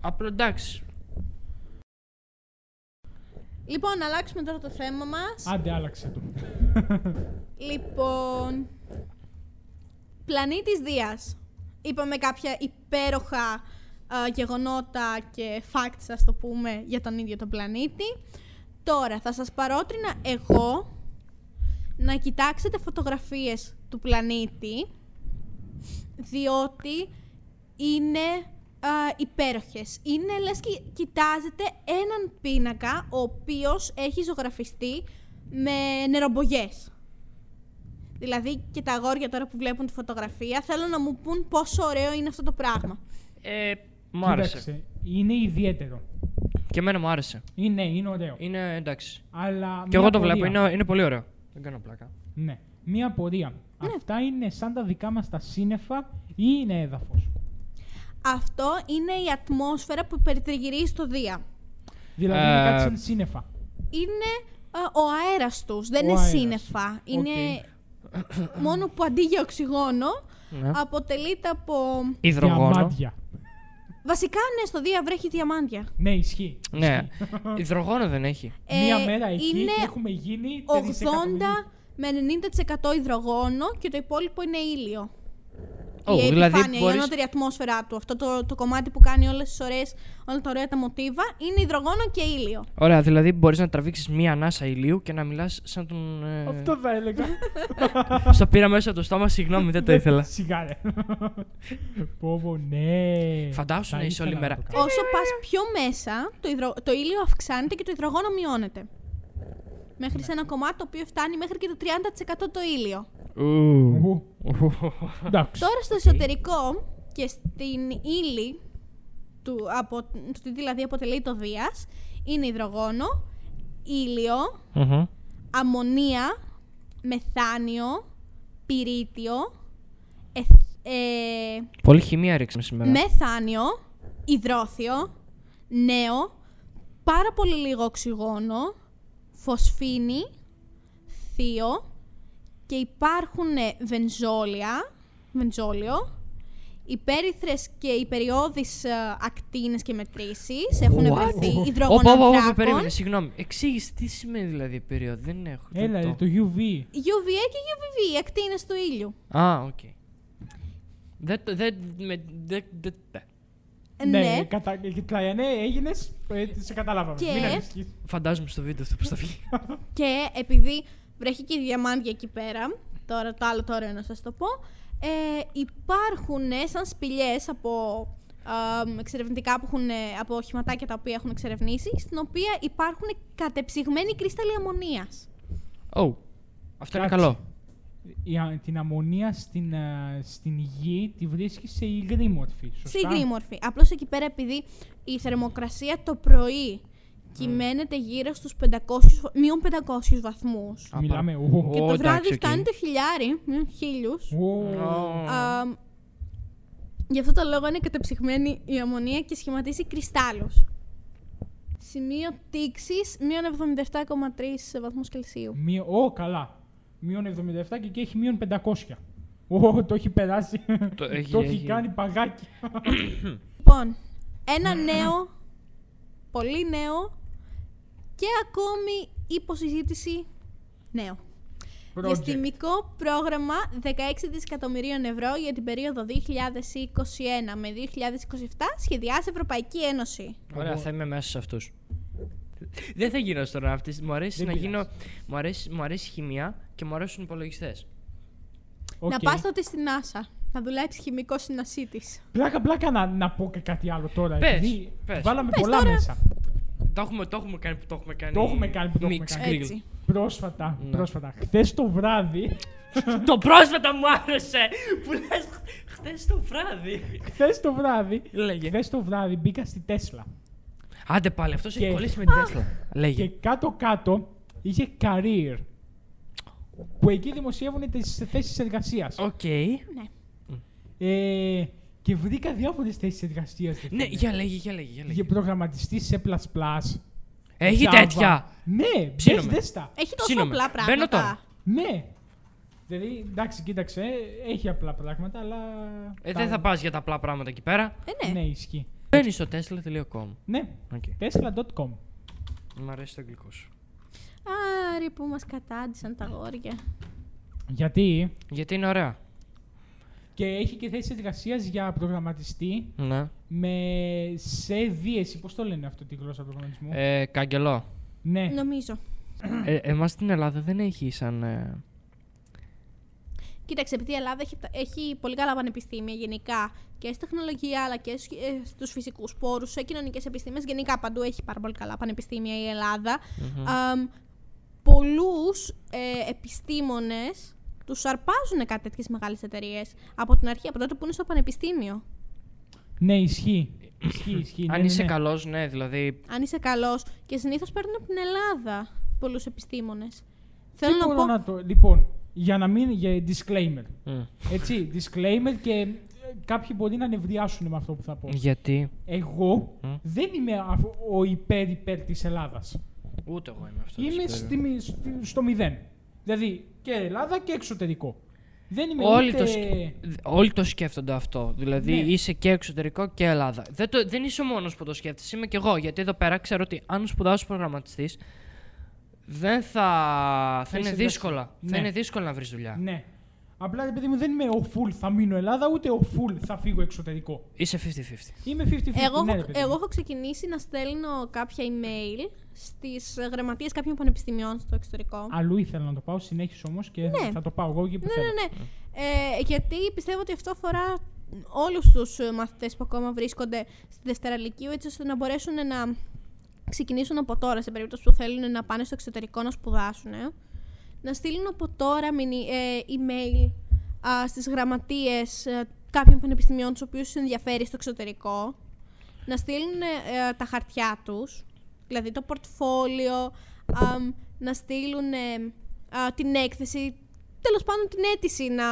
C: Απλό εντάξει.
B: Λοιπόν, αλλάξουμε τώρα το θέμα μας.
A: Άντε, άλλαξε το.
B: Λοιπόν. Πλανήτης Δίας. Είπαμε κάποια υπέροχα α, γεγονότα και facts, ας το πούμε, για τον ίδιο τον πλανήτη. Τώρα, θα σας παρότρινα εγώ να κοιτάξετε φωτογραφίες του πλανήτη, διότι είναι α, υπέροχες. Είναι, λες και κοιτάζετε έναν πίνακα, ο οποίος έχει ζωγραφιστεί με νερομπογιές. Δηλαδή και τα αγόρια τώρα που βλέπουν τη φωτογραφία θέλω να μου πούν πόσο ωραίο είναι αυτό το πράγμα.
C: Ε, μου άρεσε.
A: Κοίταξε, είναι ιδιαίτερο.
C: Και εμένα μου άρεσε.
A: Είναι, είναι ωραίο.
C: Είναι εντάξει.
A: Αλλά.
C: Και
A: μια
C: εγώ το
A: απορία.
C: βλέπω. Είναι, είναι πολύ ωραίο. Δεν κάνω πλάκα.
A: Ναι. Μία απορία.
C: Ναι.
A: Αυτά είναι σαν τα δικά μας τα σύννεφα ή είναι έδαφος.
B: Αυτό είναι η ατμόσφαιρα που περιτριγυρίζει το Δία.
A: Δηλαδή είναι κάτι
C: Ε,
A: σαν σύννεφα.
B: Είναι ε, ο αέρας τους, δεν
A: Ο
B: είναι
A: αέρας.
B: σύννεφα. Είναι μόνο που αντί για οξυγόνο
C: Ναι.
B: αποτελείται από...
C: Υδρογόνο.
A: Διαμάντια.
B: Βασικά ναι, στο Δία βρέχει διαμάντια.
A: Ναι, ισχύει.
C: Ναι. Υδρογόνο δεν έχει.
A: Μία
B: Ε,
A: μέρα εκεί
B: είναι
A: και έχουμε γίνει
B: 80
A: τρισεκατομμύρια.
B: με 90% υδρογόνο και το υπόλοιπο είναι ήλιο.
C: Ω,
B: η
C: δηλαδή
B: επιφάνεια,
C: μπορείς-
B: η ανώτερη ατμόσφαιρά του. Αυτό το, το κομμάτι που κάνει όλες τις ωραίες, όλα τα ωραία τα μοτίβα είναι υδρογόνο και ήλιο.
C: Ωραία, δηλαδή μπορείς να τραβήξεις μία ανάσα ηλίου και να μιλάς σαν τον. ε,
A: Αυτό θα έλεγα.
C: Στο πήρα μέσα από το στόμα, συγγνώμη, δεν το ήθελα.
A: Ναι, Σιγά, ρε. Πόβο, ναι.
C: Φαντάσου
A: Θα
C: να είσαι όλη
A: ήθελα
C: μέρα.
A: το κάνω.
B: Όσο πας πιο μέσα, το, υδρο... το ήλιο αυξάνεται και το υδρογόνο μειώνεται. Μέχρι σε ένα κομμάτι το οποίο φτάνει μέχρι και το 30% το ήλιο.
C: Ου.
A: Ου, Εντάξει.
B: Τώρα στο εσωτερικό και στην ύλη, του, από, του τι δηλαδή αποτελεί το Δίας, είναι υδρογόνο, ήλιο,
C: Μμμ.
B: αμμονία, μεθάνιο, πυρίτιο, εθ- ε,
C: Πολύ χημεία ρίξαμε σήμερα.
B: μεθάνιο, υδρόθιο, νέο, πάρα πολύ λίγο οξυγόνο, φωσφίνη, θείο και υπάρχουν ε, βενζόλια, βενζόλιο, υπέρυθρες και υπεριώδεις ε, ακτίνες και μετρήσεις, έχουν
C: What?
B: βρεθεί
C: Όπα, όπα, όπα,
B: υδρογοναδράκων,
C: περίμενε, συγγνώμη. Εξήγησε τι σημαίνει δηλαδή περίοδο. Δεν έχω. δεν
A: Έλα, ρε, το UV.
B: UVA και UVB, οι ακτίνες του ήλιου.
C: Α, οκ. Δεν. το- Δεν. με- δεν- δεν- δεν.
B: Ε,
A: Ναι, κατα... Κλάια, ναι, έγινες. Σε καταλάβαμε.
B: Και-
A: Μην ανησυχείς.
C: Φαντάζομαι στο βίντεο αυτό που θα βγει.
B: Και επειδή βρέχει και διαμάντια εκεί πέρα, τώρα το άλλο τώρα να σας το πω, ε, υπάρχουν ε, σαν σπηλιές από ε, εξερευνητικά που έχουν, ε, από οχηματάκια τα οποία έχουν εξερευνήσει, στην οποία υπάρχουν κατεψυγμένοι κρύσταλλοι αμμονίας.
C: Ω. Αυτό είναι
A: Κάτσε.
C: καλό.
A: Η α- την αμμονία στην, α, στην γη τη βρίσκει σε υγρή μορφή.
B: Σε
A: Σωστά.
B: υγρή μορφή. Απλώς εκεί πέρα επειδή η θερμοκρασία το πρωί κυμαίνεται γύρω στους 500, βα- μείον 500 βαθμούς.
C: Α,
A: Μιλάμε.
C: πάρα-
A: ου,
B: Και
C: Ω,
B: το βράδυ
C: εντάξει, οκ.
B: φτάνει το χιλιάρι, μείον χίλιους.
A: ου.
C: Ω.
B: Α, γι' αυτό το λόγο είναι κατεψυγμένη η αμμονία και σχηματίζει κρυστάλλους. Σημείο τήξης, μείον 77,3 βαθμούς Κελσίου.
A: Μείον- Ω, καλά. Μείον 77 και εκεί έχει μείον 500. Ω, το έχει περάσει.
C: Το έχει- έχει.
A: κάνει παγάκι.
B: Λοιπόν, ένα νέο, πολύ νέο και ακόμη υποσυζήτηση νέο.
A: Project.
B: Διαστημικό πρόγραμμα 16 δισεκατομμυρίων ευρώ για την περίοδο 2021 με 2027 σχεδιάζει Ευρωπαϊκή Ένωση.
C: Ωραία, θα είμαι μέσα σε αυτούς. Δεν θα γίνω αστροναύτης. Μου αρέσει
A: Δεν
C: να γίνω.
A: πειράζει.
C: Μου αρέσει, μου αρέσει η χημεία και μου αρέσουν οι υπολογιστές.
B: Να
A: Οκ.
B: πας τότε στην NASA. Να δουλέψεις χημικός στην ασή της.
A: Πλάκα, πλάκα να, να πω και κάτι άλλο τώρα.
C: Πες,
A: επειδή
C: πες.
A: Βάλαμε
B: Πες
A: πολλά
B: τώρα.
A: μέσα.
C: Το έχουμε, το έχουμε κάνει που το έχουμε κάνει.
A: Το έχουμε κάνει που το έχουμε
C: Mix
A: κάνει.
C: grill.
B: Έτσι.
A: Πρόσφατα,
C: Ναι.
A: πρόσφατα. Χθες το βράδυ.
C: Το πρόσφατα μου άρεσε που λες χτε το βράδυ.
A: Χθες το βράδυ.
C: Λέγε.
A: Χθες το βράδυ μπήκα στη Τέσλα.
C: Άντε πάλι, αυτός
A: Και-
C: έχει κολλήσει με την Τέσλα.
A: Και
C: Λέγε.
A: κάτω-κάτω είχε career. Που εκεί δημοσιεύουν τις θέσεις εργασίας.
C: Οκ.
B: Ναι.
A: Ε, και βρήκα διάφορες θέσεις εργασίας.
C: Ναι, για λέγε, για λέγε. Για λέγε.
A: Για προγραμματιστή σε
C: Έχει
A: Java.
C: τέτοια.
A: Ναι, μπες
C: Ψήνομαι.
A: δέστα.
B: Έχει τόσο
C: Ψήνομαι.
B: απλά
C: Μπαίνω
B: πράγματα.
C: τώρα.
A: Ναι. Δηλαδή, εντάξει, κοίταξε, έχει απλά πράγματα, αλλά.
C: Ε,
A: τα-
C: δεν θα πας για τα απλά πράγματα εκεί πέρα.
B: Ε, ναι.
A: Ναι, ισχύει.
C: Μπαίνει στο tesla.com.
A: Ναι,
C: Οκ.
A: tesla.com.
C: Μ' αρέσει το αγγλικό σου.
B: Άρη που μας κατάντησαν
A: Ναι.
B: τα γόρια.
A: Γιατί.
C: Γιατί είναι ωραία.
A: Και έχει και θέσεις εργασίας για προγραμματιστή
C: Ναι.
A: με σε δίεση. Πώς το λένε αυτό τη γλώσσα προγραμματισμού.
C: Ε, καγκελό.
A: ναι.
B: Νομίζω.
C: ε, εμάς στην Ελλάδα δεν έχει σαν... ε,
B: Κοίταξε, επειδή η Ελλάδα έχει, τα- έχει πολύ καλά πανεπιστήμια γενικά και στη τεχνολογία αλλά και σ- ε, στους φυσικούς πόρους, σε κοινωνικές επιστήμες, γενικά παντού έχει πάρα πολύ καλά πανεπιστήμια η Ελλάδα. Αμ, πολλούς ε, επιστήμονες τους αρπάζουν κάτι τέτοιες μεγάλες εταιρείες από την αρχή, από τότε που είναι στο πανεπιστήμιο.
A: Ναι, ισχύει. ισχύει, ισχύει. ναι,
C: Αν
A: ναι,
C: είσαι
A: ναι.
C: καλός, ναι, δηλαδή...
B: Αν είσαι καλός και συνήθως παίρνουν από την Ελλάδα πολλούς επιστήμονες. Θέλω
A: Τι
B: να
A: μπορώ
B: πω...
A: να το- Λοιπόν, για να μην. Για disclaimer.
C: μ,
A: Έτσι, disclaimer και ε, κάποιοι μπορεί να νευριάσουν με αυτό που θα πω.
C: Γιατί...
A: Εγώ
C: Μμ.
A: δεν είμαι αυ- ο υπέρ υπέρ της Ελλάδας.
C: Ούτε εγώ είμαι αυτός.
A: Είμαι στη- στη- στο μηδέν. Δηλαδή και Ελλάδα και εξωτερικό. Δεν είμαι
C: Όλοι,
A: ούτε...
C: το σκε- δ- όλοι το σκέφτονται αυτό. Δηλαδή
A: Ναι.
C: είσαι και εξωτερικό και Ελλάδα. Δεν, το... δεν είσαι ο μόνος που το σκέφτεσαι. Είμαι και εγώ. Γιατί εδώ πέρα ξέρω ότι αν σπουδάσω προγραμματιστής, δεν θα. θα είναι
A: είσαι
C: δύσκολα.
A: εντάξει.
C: Θα
A: Ναι.
C: είναι δύσκολο να βρεις δουλειά.
A: Ναι. Απλά ρε παιδί μου δεν είμαι ο full θα μείνω Ελλάδα, ούτε ο full θα φύγω εξωτερικό.
C: Είσαι 50-50.
A: Είμαι 50-50.
B: Εγώ,
A: ναι,
B: έχω-
A: ρε παιδί μου.
B: εγώ έχω ξεκινήσει να στέλνω κάποια email στις ε, γραμματείες κάποιων πανεπιστημιών στο εξωτερικό.
A: Αλλού ήθελα να το πάω, συνέχισε όμως και
B: Ναι.
A: θα το πάω εγώ εκεί που
B: ναι,
A: θέλω.
B: ναι, ναι. Ε, γιατί πιστεύω ότι αυτό αφορά όλους τους ε, μαθητές που ακόμα βρίσκονται στη Δευτεραλικίου, έτσι ώστε να μπορέσουν να ξεκινήσουν από τώρα, σε περίπτωση που θέλουν να πάνε στο εξωτερικό να σπουδάσουν. ε. Να στείλουν από τώρα μηνυ- ε, email α, στις γραμματείες ε, κάποιων πανεπιστημιών τους οποίους τους ενδιαφέρει στο εξωτερικό. Να στείλουν ε, ε, τα χαρτιά τους, δηλαδή το πορτφόλιο, α, μ, να στείλουν ε, α, την έκθεση, τέλος πάντων την αίτηση να,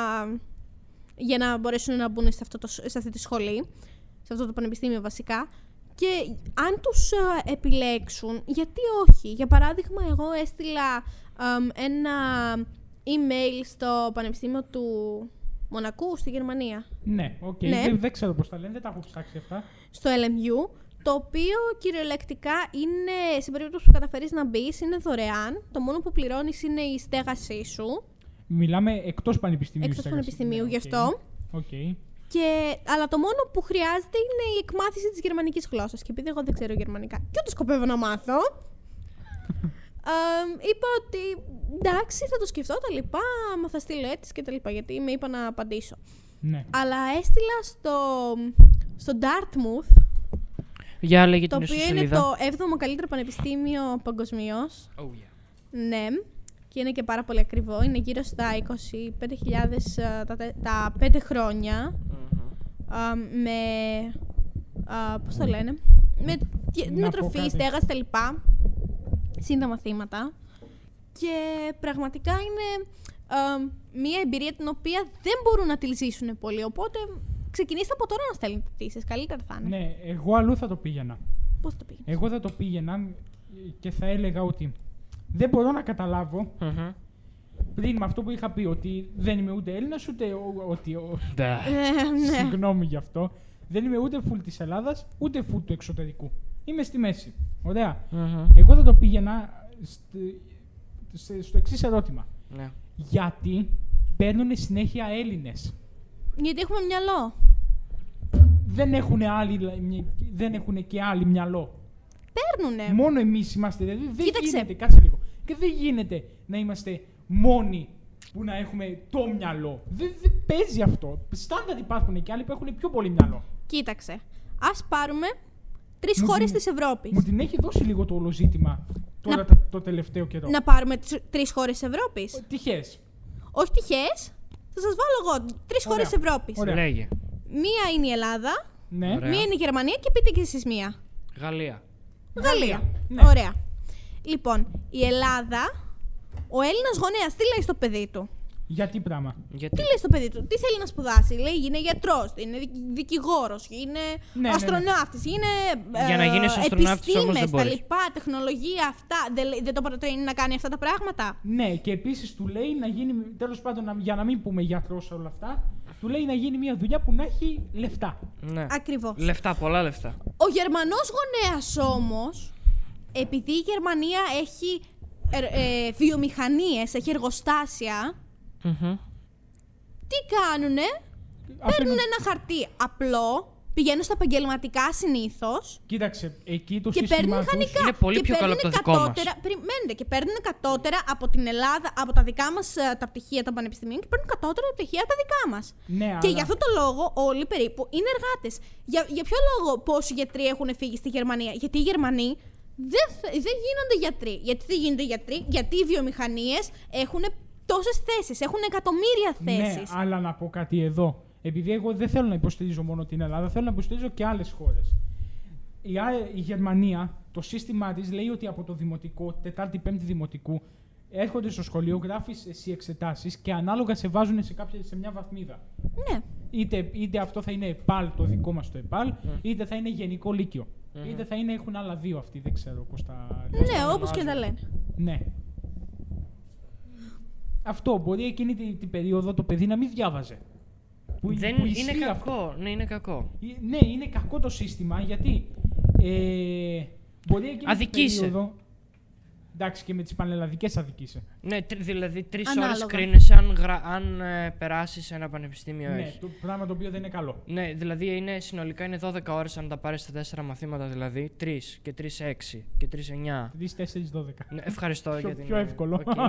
B: για να μπορέσουν να μπουν σε, αυτό το, σ- σε αυτή τη σχολή, σε αυτό το πανεπιστήμιο βασικά. Και αν τους ε, επιλέξουν, γιατί όχι. Για παράδειγμα, εγώ έστειλα εμ, ένα email στο Πανεπιστήμιο του Μονακού στη Γερμανία,
A: Ναι, οκ.
B: Ναι.
A: Δεν, δεν ξέρω πώς τα λένε, δεν τα έχω ψάξει αυτά.
B: στο LMU, το οποίο κυριολεκτικά είναι, σε περίπτωση που καταφέρεις να μπεις, είναι δωρεάν. Το μόνο που πληρώνεις είναι η στέγασή σου,
A: Μιλάμε εκτός πανεπιστημίου.
B: εκτός
A: στέγασης.
B: πανεπιστημίου,
A: Ναι,
B: γι'
A: οκ.
B: αυτό.
A: Οκ.
B: Και, αλλά το μόνο που χρειάζεται είναι η εκμάθηση της γερμανικής γλώσσας. Και επειδή εγώ δεν ξέρω γερμανικά και ούτε σκοπεύω να μάθω, εμ, είπα ότι εντάξει, θα το σκεφτώ τα λοιπά, άμα θα στείλω έτσι και τα λοιπά, γιατί με είπα να απαντήσω.
A: Ναι.
B: Αλλά έστειλα στο, στο Dartmouth,
C: Για λέγε
B: το
C: την
B: οποίο είναι
C: ιστοσελίδα.
B: το 7ο καλύτερο πανεπιστήμιο παγκοσμίως.
C: Oh, yeah.
B: Ναι, και είναι και πάρα πολύ ακριβό. Είναι γύρω στα 25.000 ε, τα, τε- τα 5 χρόνια. α, με. Α, πώς το λένε. Με, και-
A: Να
B: με
A: πω
B: τροφή,
A: κάτι.
B: στέγαση τα λοιπά. Συν τα μαθήματα. Και πραγματικά είναι α, μια εμπειρία την οποία δεν μπορούν να τη ζήσουν πολύ. Οπότε ξεκινήστε από τώρα να στέλνετε αιτήσει. Καλύτερα θα είναι.
A: Ναι, εγώ αλλού θα το πήγαινα.
B: Πώς το πήγαινες.
A: Εγώ θα το πήγαινα και θα έλεγα ότι δεν μπορώ να καταλάβω
C: Μμμ.
A: πριν με αυτό που είχα πει ότι δεν είμαι ούτε Έλληνας ούτε. ο- ότι, ο-
C: Ντα.
B: Ε, ναι.
A: Συγγνώμη γι' αυτό. Δεν είμαι ούτε full της Ελλάδας ούτε full του εξωτερικού. Είμαι στη μέση. Ωραία.
C: Μμμ.
A: Εγώ θα το πήγαινα στη- σε- στο εξής ερώτημα.
C: Ναι.
A: Γιατί παίρνουν συνέχεια Έλληνες.
B: Γιατί έχουμε μυαλό.
A: Δεν έχουν, άλλοι, δεν έχουν και άλλοι μυαλό.
B: Παίρνουνε.
A: Μόνο εμείς είμαστε. Δηλαδή δεν
B: Ε. Κοίταξε.
A: γίνεται, κάτσε λίγο. Και δεν γίνεται να είμαστε μόνοι που να έχουμε το μυαλό. Δεν δεν παίζει αυτό. Στάνταρ υπάρχουν και άλλοι που έχουν πιο πολύ μυαλό.
B: Κοίταξε. Ας πάρουμε τρεις
A: Μου
B: χώρες
A: την-
B: της Ευρώπης.
A: Μου την έχει δώσει λίγο το όλο ζήτημα τώρα
B: Να-
A: τα- το τελευταίο καιρό. Ε,
B: Να πάρουμε τι τρεις χώρες της Ευρώπης.
A: Τυχές.
B: Όχι τυχαίε. Θα σας βάλω εγώ τρεις χώρε
A: Ωραία.
B: Ευρώπης.
A: Ωραία.
C: Λέγε.
B: Μία είναι η Ελλάδα,
A: Ναι.
C: Ωραία.
B: μία είναι η Γερμανία και πείτε και εσείς μία.
C: Γαλλία.
B: Γαλλία.
A: Ναι.
B: Ωραία. Λοιπόν, η Ελλάδα, ο Έλληνας γονέας τι λέει στο παιδί του.
A: Για τι πράγμα.
C: Γιατί.
B: Τι λέει στο παιδί του, τι θέλει να σπουδάσει. Λέει είναι γιατρός, είναι δικ- δικηγόρος, είναι
A: ναι, ναι.
B: αστροναύτης, είναι.
C: Για να
B: ε,
C: γίνεις αστροναύτης όμως δεν
B: επιστήμες, τα
C: μπορείς.
B: λοιπά, τεχνολογία, αυτά. Δεν, λέει- δεν το προτείνει να κάνει αυτά τα πράγματα.
A: Ναι, και επίσης του λέει να γίνει. Τέλος πάντων, να- για να μην πούμε γιατρός σε όλα αυτά, του λέει να γίνει μια δουλειά που να έχει λεφτά.
C: Ναι.
B: Ακριβώς.
C: Λεφτά, πολλά λεφτά.
B: Ο Γερμανός γονέας όμως, επειδή η Γερμανία έχει ε, ε, βιομηχανίες, έχει εργοστάσια, τι κάνουνε, παίρνουν
A: Απέναντι-
B: ένα χαρτί απλό, πηγαίνουν στα επαγγελματικά συνήθως
A: Κοίταξε, εκεί το
B: και
A: σύστημα
B: παίρνουν
A: τους-
B: μηχανικά.
C: είναι πολύ
B: και
C: πιο καλό από το
B: παίρνουν
C: δικό μας.
B: κατώτερα, Περιμένετε, και παίρνουν κατώτερα από την Ελλάδα, από τα δικά μας τα πτυχία των πανεπιστημίων και παίρνουν κατώτερα πτυχία από τα δικά μας.
A: Ναι,
B: και
A: αλλά-
B: γι' αυτό το λόγο όλοι περίπου είναι εργάτες. Για, για ποιο λόγο πόσοι γιατροί έχουν φύγει στη Γερμανία, Γιατί οι Γερμανοί δεν, θε- δεν γίνονται γιατροί. Γιατί δεν γίνονται γιατροί, Γιατί οι βιομηχανίες έχουν τόσες θέσεις, έχουν εκατομμύρια θέσει.
A: Ναι, αλλά να πω κάτι εδώ. Επειδή εγώ δεν θέλω να υποστηρίζω μόνο την Ελλάδα, θέλω να υποστηρίζω και άλλες χώρες. Η, Α- η Γερμανία, το σύστημά της λέει ότι από το δημοτικό, Τετάρτη, Πέμπτη Δημοτικού, έρχονται στο σχολείο, γράφεις εσύ εξετάσεις και ανάλογα σε βάζουν σε, κάποια, σε μια βαθμίδα.
B: ναι.
A: Είτε, είτε αυτό θα είναι ΕΠΑΛ, το δικό μας το ΕΠΑΛ, είτε θα είναι Γενικό Λύκειο. Είτε θα είναι, έχουν άλλα δύο αυτοί, δεν ξέρω πώς τα. πώς
B: Ναι,
A: τα
B: όπως και τα
A: ονομάζουν.
B: λένε.
A: Ναι. Αυτό μπορεί εκείνη την, την περίοδο το παιδί να μην διάβαζε. Που,
C: Δεν
A: που
C: είναι
A: ισχύει
C: κακό.
A: αυτό.
C: Ναι, είναι κακό.
A: Ε, Ναι, είναι κακό το σύστημα γιατί ε, μπορεί εκείνη
C: Αδικήσε.
A: την περίοδο. Εντάξει, και με τις πανελλαδικές αδικήσε.
C: Ναι, τρι- δηλαδή τρεις
B: Ανάλογα.
C: ώρε κρίνεσαι αν, γρα... αν περάσεις ένα πανεπιστήμιο ή
A: Ναι,
C: όχι.
A: το πράγμα το οποίο δεν είναι καλό.
C: Ναι, δηλαδή είναι, συνολικά είναι 12 ώρες αν τα πάρεις στα 4 μαθήματα, δηλαδή. 3 και 3 6 και 3 9.
A: 3-4-12.
C: Ναι, ευχαριστώ
A: Πιο,
C: για την.
A: πιο εύκολο.
C: Οκ. ναι.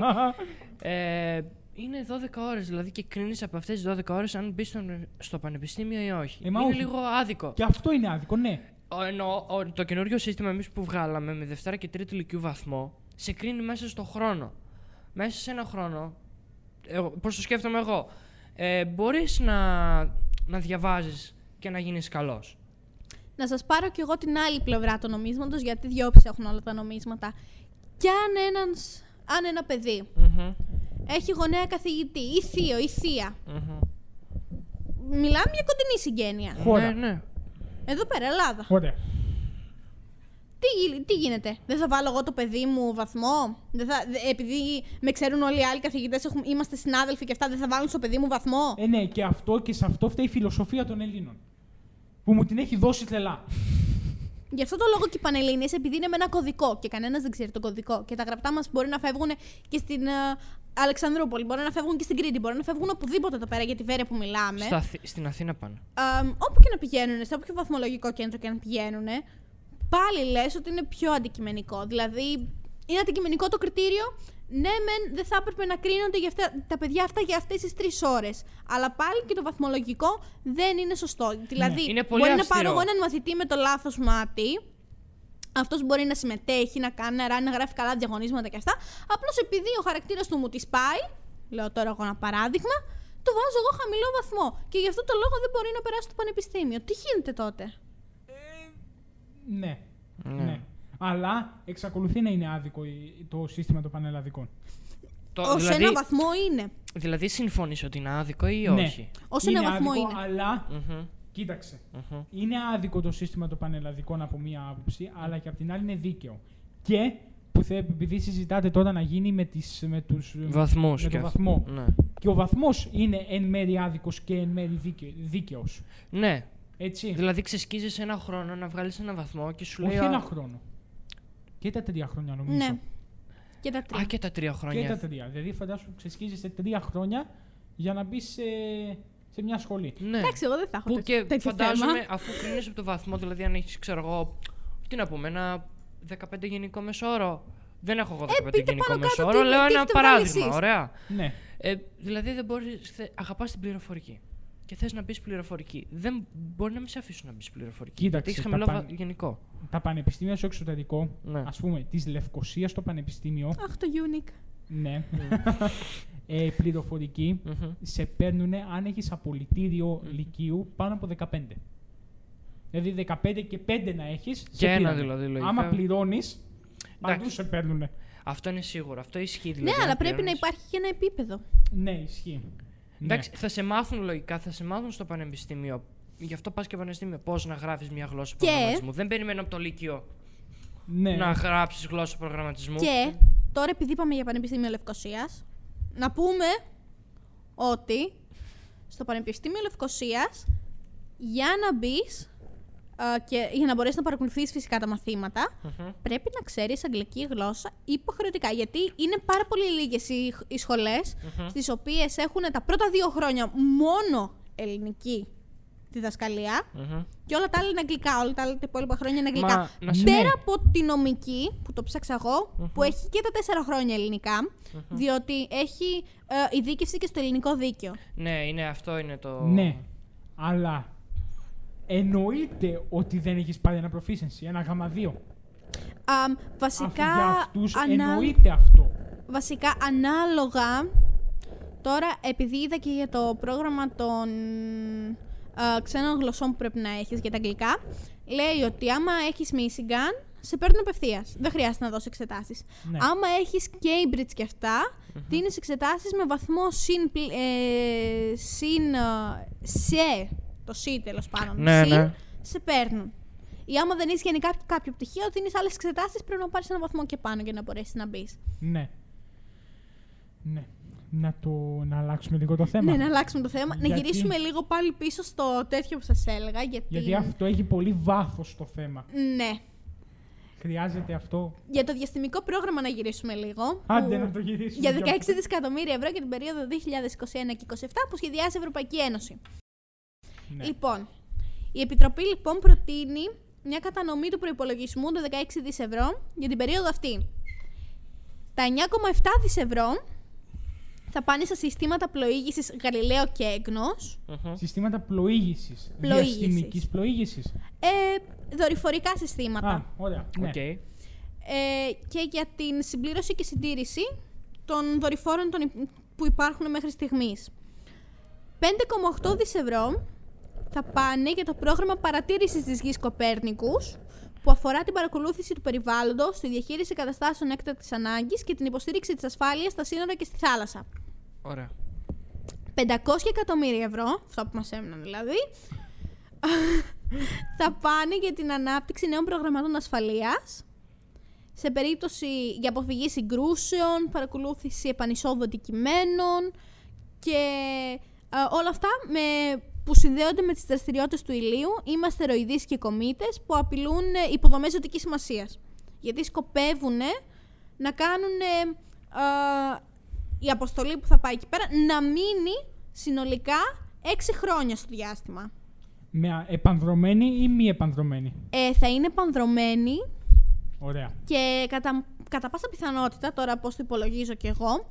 C: Ε, είναι 12 ώρε, δηλαδή και κρίνεις από αυτές τις 12 ώρες αν μπεις στο, στο πανεπιστήμιο ή όχι.
A: Ε, μα
C: είναι
A: όχι.
C: λίγο άδικο.
A: και αυτό είναι άδικο, ναι.
C: Ο, εννοώ, ο- το καινούριο σύστημα εμείς που βγάλαμε με Δευτέρα και Τρίτη Λυκειού βαθμό σε κρίνει μέσα στο χρόνο. Μέσα σε ένα χρόνο, πώς το σκέφτομαι εγώ, ε, μπορείς να, να διαβάζεις και να γίνεις καλός.
B: Να σας πάρω κι εγώ την άλλη πλευρά του νομίσματος, γιατί δυόμψη έχουν όλα τα νομίσματα. Κι αν, ένας, αν ένα παιδί έχει γονέα καθηγητή ή θείο ή θεία, μιλάμε για κοντινή συγγένεια.
A: Χώρα.
C: Ναι, ναι.
B: Εδώ πέρα, Ελλάδα.
A: Ωραία.
B: Τι, γι- τι γίνεται, δεν θα βάλω εγώ το παιδί μου βαθμό, δεν θα, δε- επειδή με ξέρουν όλοι οι άλλοι καθηγητές, έχουμε, είμαστε συνάδελφοι και αυτά, δεν θα βάλουν στο παιδί μου βαθμό.
A: Ε, ναι, και αυτό και σε αυτό φταίει η φιλοσοφία των Ελλήνων. Που μου την έχει δώσει τρελά.
B: Γι' αυτό το λόγο και οι Πανελλήνιες, επειδή είναι με ένα κωδικό και κανένας δεν ξέρει τον κωδικό και τα γραπτά μας μπορεί να φεύγουν και στην ε, Αλεξανδρούπολη, μπορεί να φεύγουν και στην Κρήτη, μπορεί να φεύγουν οπουδήποτε εδώ πέρα για τη Βέρεια που μιλάμε.
C: Στα Αθη- στην Αθήνα πάνε.
B: Ε, όπου και να πηγαίνουν, σε όποιο βαθμολογικό κέντρο και να πηγαίνουν, πάλι λες ότι είναι πιο αντικειμενικό. Δηλαδή, είναι αντικειμενικό το κριτήριο. Ναι, μεν δεν θα έπρεπε να κρίνονται για αυτά, τα παιδιά αυτά για αυτές τις τρεις ώρες. Αλλά πάλι και το βαθμολογικό δεν είναι σωστό. Δηλαδή,
C: Ναι. Είναι πολύ
B: μπορεί να
C: αυστηρό.
B: πάρω εγώ έναν μαθητή με το λάθος μάτι. Αυτός μπορεί να συμμετέχει, να κάνει νερά, να γράφει καλά διαγωνίσματα και αυτά. Απλώς επειδή ο χαρακτήρας του μου τη πάει, λέω τώρα εγώ ένα παράδειγμα, του βάζω εγώ χαμηλό βαθμό. Και γι' αυτό το λόγο δεν μπορεί να περάσει το πανεπιστήμιο. Τι γίνεται τότε.
A: Ναι.
C: Ναι.
A: ναι. Αλλά εξακολουθεί να είναι άδικο η- το σύστημα των πανελλαδικών.
C: Το,
B: Ω
C: δηλαδή,
B: ένα βαθμό είναι.
C: δηλαδή συμφωνείς ότι είναι άδικο ή
A: Ναι.
C: όχι.
B: Ω ένα βαθμό
A: άδικο,
B: είναι.
A: Αλλά
C: Μμμ,
A: κοίταξε.
C: μμμ.
A: Είναι άδικο το σύστημα των πανελλαδικών από μία άποψη, αλλά και από την άλλη είναι δίκαιο. Και που θε, επειδή συζητάτε τώρα να γίνει με, τις, με τους...
C: Βαθμούς
A: με
C: και
A: τον
C: αυτό.
A: βαθμό.
C: Ναι.
A: Και ο βαθμός είναι εν μέρη άδικος και εν μέρη δίκαιο, δίκαιος.
C: ναι.
A: Έτσι.
C: Δηλαδή ξεσκίζεις ένα χρόνο να βγάλεις ένα βαθμό και σου λέει.
A: Όχι
C: «Α,
A: ένα χρόνο. Και τα τρία χρόνια νομίζω.
B: Ναι. Και τα τρία.
C: Α, και τα τρία χρόνια.
A: Και τα τρία. Δηλαδή φαντάσου ξεσκίζεις σε τρία χρόνια για να μπεις σε, σε μια σχολή.
C: Ναι.
B: Εντάξει, εγώ δεν θα έχω
C: Που
B: τέ-
C: και
B: τέτοιο
C: φαντάζομαι,
B: θέμα.
C: αφού κρίνει από το βαθμό, δηλαδή αν έχεις, ξέρω εγώ, τι να πούμε, ένα 15 γενικό μεσόρο. Δεν έχω εγώ 15
B: Ε, πείτε
C: γενικό
B: πάνω κάτω
C: μεσόρο,
B: τι-
C: λέω
B: τι
C: ένα
B: έχετε βάλει
C: παράδειγμα.
B: εσείς.
C: Ωραία.
A: Ναι.
C: Ε, δηλαδή δεν μπορείς. Αγαπάς την πληροφορική. και θες να μπεις πληροφορική. Δεν μπορεί να μην σε αφήσουν να μπεις πληροφορική.
A: Κοίταξε,
C: Γιατί έχεις
A: τα
C: χαμηλό
A: παν-
C: βα- γενικό.
A: Τα πανεπιστήμια στο εξωτερικό,
C: Ναι.
A: ας πούμε, της Λευκοσίας το πανεπιστήμιο,
B: Αχ, το unique.
A: ναι, ε, πληροφορική,
C: Μμμ.
A: σε παίρνουν αν έχεις απολυτήριο λυκείου πάνω από 15. Δηλαδή 15 και 5 να έχεις.
C: Και ένα δηλαδή, λογικά.
A: Άμα πληρώνεις, παντού
C: Εντάξει.
A: σε παίρνουν.
C: Αυτό είναι σίγουρο. Αυτό ισχύει
B: Ναι,
C: δηλαδή.
B: αλλά πρέπει να
C: πληρώνεις.
B: υπάρχει και ένα επίπεδο.
A: Ναι, ισχύει. Ναι.
C: Εντάξει, θα σε μάθουν λογικά, θα σε μάθουν στο πανεπιστήμιο. Γι' αυτό πας και πανεπιστήμιο. Πώς να γράφεις μια γλώσσα
B: Και-
C: προγραμματισμού. Δεν περιμένω από το Λύκειο
A: ναι.
C: να γράψεις γλώσσα προγραμματισμού.
B: Και τώρα επειδή είπαμε για Πανεπιστήμιο Λευκοσίας, να πούμε ότι στο Πανεπιστήμιο Λευκοσίας για να μπεις και για να μπορέσεις να παρακολουθείς φυσικά τα μαθήματα,
C: Μμμ.
B: πρέπει να ξέρεις αγγλική γλώσσα υποχρεωτικά. Γιατί είναι πάρα πολύ λίγες οι, οι σχολές
C: Μμμ.
B: στις οποίες έχουν τα πρώτα δύο χρόνια μόνο ελληνική διδασκαλία
C: Μμμ.
B: και όλα τα άλλα είναι αγγλικά. Όλα τα άλλα τα υπόλοιπα χρόνια είναι αγγλικά.
C: Μα, να σε-
B: Πέρα
A: Ναι.
B: από τη νομική, που το ψάξα εγώ, που έχει και τα τέσσερα χρόνια ελληνικά, διότι έχει ε, ειδίκευση και στο ελληνικό δίκαιο.
C: Ναι, είναι αυτό είναι το.
A: Ναι. Αλλά εννοείται ότι δεν έχεις πάρει ένα proficiency, ένα γαμαδίο.
B: Α,
A: Αφού
B: βασικά,
A: για αυτούς
B: ανά-
A: εννοείται αυτό.
B: βασικά, ανάλογα. Τώρα, επειδή είδα και για το πρόγραμμα των ε, ξένων γλωσσών που πρέπει να έχεις για τα αγγλικά, λέει ότι άμα έχεις Michigan, σε παίρνουν απευθείας. Δεν χρειάζεται να δώσεις εξετάσεις.
A: Ναι.
B: Άμα έχεις Cambridge και αυτα δίνεις εξετάσεις με βαθμό συν, πλη- ε, συν, ε, σε, το συ τέλος πάντων,
C: Ναι,
B: συν,
C: ναι.
B: σε παίρνουν. Ή άμα δεν είσαι γενικά κάποιο πτυχίο, δίνεις άλλες εξετάσεις, πρέπει να πάρεις ένα βαθμό και πάνω για να μπορέσεις να μπεις.
A: Ναι. Ναι. Να, το, να αλλάξουμε λίγο το θέμα.
B: Ναι, να αλλάξουμε το θέμα. Να
A: Γιατί-
B: γυρίσουμε λίγο πάλι πίσω στο τέτοιο που σας έλεγα, γιατί...
A: Γιατί αυτό έχει πολύ βάθος το θέμα.
B: Ναι.
A: Χρειάζεται αυτό.
B: Για το διαστημικό πρόγραμμα να γυρίσουμε λίγο.
A: Άντε
B: που-
A: να το γυρίσουμε.
B: για 16 δισεκατομμύρια ευρώ για την περίοδο 2021 και 2027 που σχεδιάζει η Ευρωπαϊκή Ένωση.
A: Ναι.
B: Λοιπόν, η Επιτροπή λοιπόν προτείνει μια κατανομή του προϋπολογισμού των 16 δις ευρώ για την περίοδο αυτή. Τα 9,7 δις ευρώ θα πάνε στα συστήματα πλοήγησης Γαλιλαίο και Έγνος,
C: Μμμ.
A: Συστήματα πλοήγησης.
B: Πλοήγησης.
A: Διαστημικής πλοήγησης.
B: ε, δορυφορικά συστήματα
A: Α, ωραία. Ναι.
C: Οκ.
B: ε, και για την συμπλήρωση και συντήρηση των δορυφόρων των υ- που υπάρχουν μέχρι στιγμής. 5,8 δις ευρώ θα πάνε για το πρόγραμμα παρατήρησης της γης Κοπέρνικους που αφορά την παρακολούθηση του περιβάλλοντος, τη διαχείριση καταστάσεων έκτακτης ανάγκης και την υποστήριξη της ασφάλειας στα σύνορα και στη θάλασσα.
C: Ωραία.
B: 500 εκατομμύρια ευρώ, αυτά που μας έμειναν δηλαδή, θα πάνε για την ανάπτυξη νέων προγραμμάτων ασφαλείας σε περίπτωση για αποφυγή συγκρούσεων, παρακολούθηση επανεισόδου αντικειμένων και ε, όλα αυτά με, που συνδέονται με τις δραστηριότητες του ηλίου ή με αστεροειδείς και κομήτες που απειλούν ε, υποδομές ζωτικής σημασίας. Γιατί σκοπεύουν να κάνουν ε, ε, η αποστολή που θα πάει εκεί πέρα να μείνει συνολικά 6 χρόνια στο διάστημα.
A: Με α- επανδρομένη ή μη επανδρομένη.
B: Ε, θα είναι πανδρομένη
A: Ωραία.
B: και κατά, κατά πάσα πιθανότητα, τώρα πώς το υπολογίζω κι εγώ,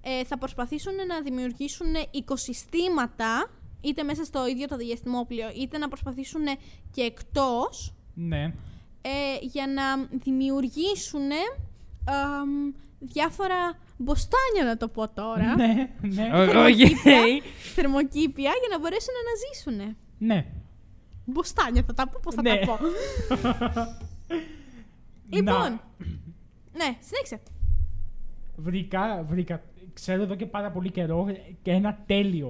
B: ε, θα προσπαθήσουν να δημιουργήσουν οικοσυστήματα, είτε μέσα στο ίδιο το διαστημόπλιο, είτε να προσπαθήσουν και εκτός,
A: Ναι.
B: ε, για να δημιουργήσουν εμ, διάφορα μποστάνια, να το πω τώρα,
A: Ναι, ναι.
C: Ω- οκ.
B: θερμοκήπια, για να μπορέσουν να ζήσουν.
A: ναι.
B: Μποστάνια θα τα πω, πώς θα
A: Ναι.
B: τα πω.
A: Να-
B: λοιπόν, ναι, συνέχισε.
A: βρήκα, βρήκα, ξέρω εδώ και πάρα πολύ καιρό, και ένα τέλειο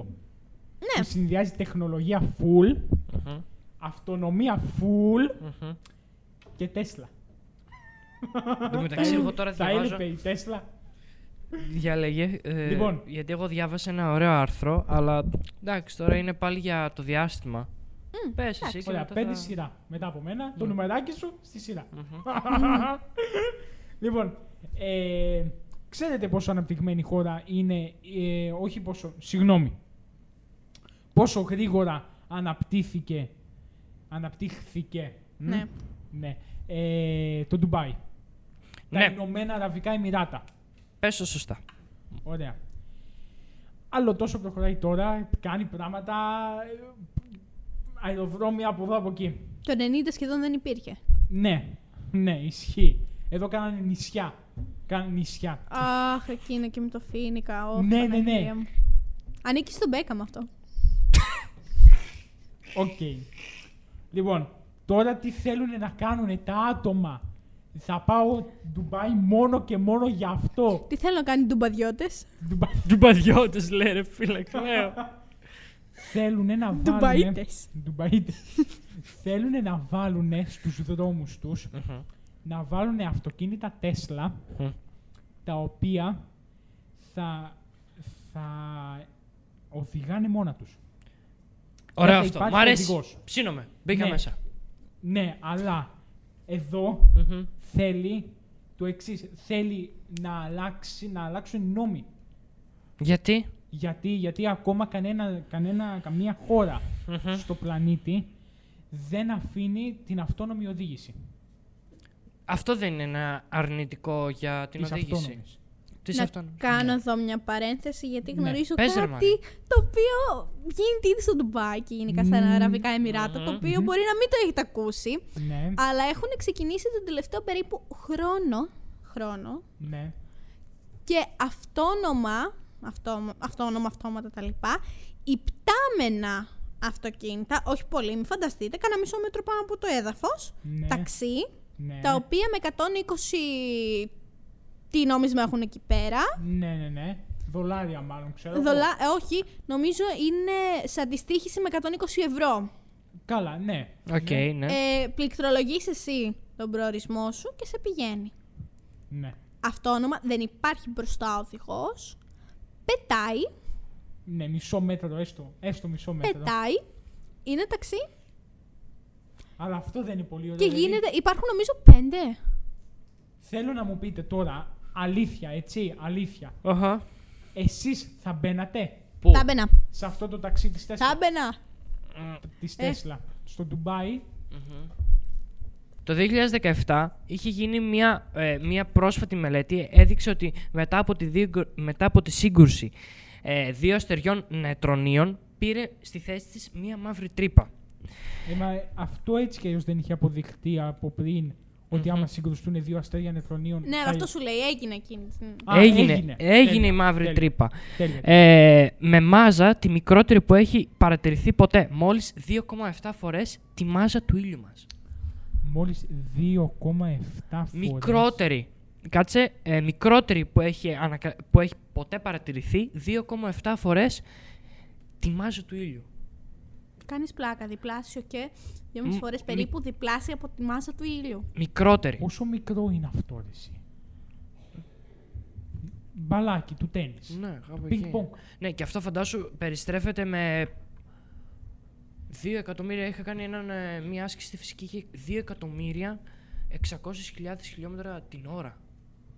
A: που
B: Ναι.
A: συνδυάζει τεχνολογία full,
C: Μμμ.
A: αυτονομία full
C: Μμμ.
A: και Τέσλα.
C: Εν τω μεταξύ, εγώ τώρα
A: Θα
C: διαβάζω.
A: έλειπε η Τέσλα.
C: Διάλεγε. ε,
A: Λοιπόν.
C: Γιατί εγώ διάβασα ένα ωραίο άρθρο, αλλά εντάξει, τώρα είναι πάλι για το διάστημα.
B: Μμ,
C: Πες εσύ και
A: Ωραία,
C: μετά
A: πέντε
C: θα-
A: σειρά. Μετά από μένα, το
C: Ναι.
A: νομεράκι σου στη σειρά.
C: Μμμ.
A: λοιπόν, ε, ξέρετε πόσο αναπτυγμένη χώρα είναι, ε, όχι πόσο, συγγνώμη, πόσο γρήγορα αναπτύχθηκε, αναπτύχθηκε μ,
B: Ναι.
A: ναι, ε, το Ντουμπάι. Τα
C: Ναι,
A: Ηνωμένα Αραβικά Εμμυράτα.
C: πες το σωστά.
A: Ωραία. Άλλο τόσο προχωράει τώρα, κάνει πράγματα, ε, αεροδρόμια από εδώ από εκεί.
B: Το 90 σχεδόν δεν υπήρχε.
A: Ναι, ναι, ισχύει. Εδώ κάνανε νησιά. Κάνανε νησιά.
B: Αχ, εκείνα και με το Φίνικα. Ω,
A: Ναι, ναι, ναι.
B: Παναγία μου. Ανήκει στον Μπέκαμ αυτό.
A: Οκ. Λοιπόν, τώρα τι θέλουν να κάνουν τα άτομα. Θα πάω Ντουμπάι μόνο και μόνο για αυτό.
B: Τι θέλω να κάνει ντουμπαδιώτε.
A: Ντουμπάι.
C: Ντουμπαδιώτες λέει ρε φίλε, κλαίω.
A: Θέλουν να βάλουν.
B: Ντουμπαίτες.
A: θέλουν να βάλουν στους δρόμους τους να βάλουν αυτοκίνητα Τέσλα τα οποία θα, θα οδηγάνε μόνα τους.
C: Ωραίο
A: θα
C: αυτό.
A: υπάρχει
C: Μ' αρέσει.
A: οδηγός.
C: Ψήνομαι. Μπήκα
A: Ναι.
C: μέσα.
A: Ναι, αλλά εδώ
C: Μμμ.
A: θέλει το εξής. Θέλει να, αλλάξει, να αλλάξουν οι νόμοι.
C: Γιατί.
A: Γιατί, γιατί ακόμα κανένα, κανένα, καμία χώρα
C: Μμμ.
A: στο πλανήτη δεν αφήνει την αυτόνομη οδήγηση.
C: Αυτό δεν είναι ένα αρνητικό για την
A: της
C: οδήγηση.
A: αυτόνομης.
C: Τι
B: να
C: αυτόν.
B: κάνω εδώ μια παρένθεση γιατί
A: Ναι.
B: γνωρίζω
C: Πες, ρε,
B: κάτι
C: Μαρία.
B: το οποίο γίνεται ήδη στο Ντουμπάι και γενικά στα
A: Μμμ.
B: Αραβικά Εμμυράτα, το οποίο
A: Μμμ.
B: μπορεί να μην το έχετε ακούσει,
A: Ναι,
B: αλλά έχουν ξεκινήσει τον τελευταίο περίπου χρόνο, χρόνο
A: ναι.
B: και αυτόνομα, αυτό, αυτόνομα, αυτόματα τα λοιπά, υπτάμενα αυτοκίνητα, όχι πολύ, μην φανταστείτε, κάνα μισό μέτρο πάνω από το έδαφος,
A: Ναι.
B: ταξί,
A: Ναι.
B: τα οποία με 120 τι νόμισμα έχουν εκεί πέρα,
A: ναι, ναι, ναι. Δολάρια μάλλον, ξέρω. εγώ.
B: Δολα... ε, όχι, νομίζω είναι σε αντιστοίχηση με 120 ευρώ.
A: Καλά, ναι.
C: Οκ,
A: Ναι.
C: ναι.
B: Ε, πληκτρολογείς εσύ τον προορισμό σου και σε πηγαίνει.
A: ναι.
B: Αυτόνομα, δεν υπάρχει μπροστά οδηγός. Πετάει,
A: Ναι, μισό μέτρο έστω. Έστω μισό μέτρο.
B: πετάει, είναι ταξί
A: Αλλά αυτό δεν είναι πολύ ωραίο.
B: και
A: δηλαδή.
B: γίνεται. Υπάρχουν νομίζω πέντε.
A: Θέλω να μου πείτε τώρα, αλήθεια, έτσι, αλήθεια.
C: Αχα.
A: Εσείς θα μπαίνατε
C: Πού.
B: Τα μπαινα.
A: σε αυτό το ταξί της
B: Τα
A: Τέσλα.
B: μπαινα.
C: Μμ.
A: Της
B: Ε.
A: Τέσλα. Στο Ντουμπάι.
C: Το 2017 είχε γίνει μια, ε, μια πρόσφατη μελέτη, έδειξε ότι μετά από τη, δίγκο- μετά από τη σύγκρουση ε, δύο αστεριών νετρονίων πήρε στη θέση της μια μαύρη τρύπα.
A: Ε, μα, ε, αυτό έτσι κι αλλιώς δεν είχε αποδειχτεί από πριν ότι άμα συγκρουστούν δύο αστέρια νεφρονίων.
B: Ναι, αλλά
A: θα-
B: αυτό σου λέει, έγινε εκείνη. την-
A: Α,
C: έγινε,
A: έγινε.
C: έγινε,
A: Τέλεια,
C: η μαύρη
A: τέλεια.
C: τρύπα.
A: Τέλεια.
C: Ε, με μάζα τη μικρότερη που έχει παρατηρηθεί ποτέ. Μόλις 2,7 φορές τη μάζα του ήλιου μας.
A: Μόλις 2,7 φορές.
C: Μικρότερη. Κάτσε, ε, μικρότερη που έχει, ανακα... που έχει ποτέ παρατηρηθεί 2,7 φορές τη μάζα του ήλιου.
B: Κάνεις πλάκα, διπλάσιο και δυόμιση
C: Μ,
B: φορές
C: μ.
B: περίπου διπλάσια από τη μάζα του ήλιου.
C: Μικρότερη.
A: Πόσο μικρό είναι αυτό, ρε, εσύ. Μπαλάκι του τέννις.
C: Ναι, κάπου
A: Πινκ
C: εκεί.
A: πονκ.
C: Ναι, και αυτό φαντάσου περιστρέφεται με. 2 εκατομμύρια. Είχα κάνει έναν, ε, μία άσκηση στη φυσική και 2 εκατομμύρια 600.000 χιλιόμετρα την ώρα.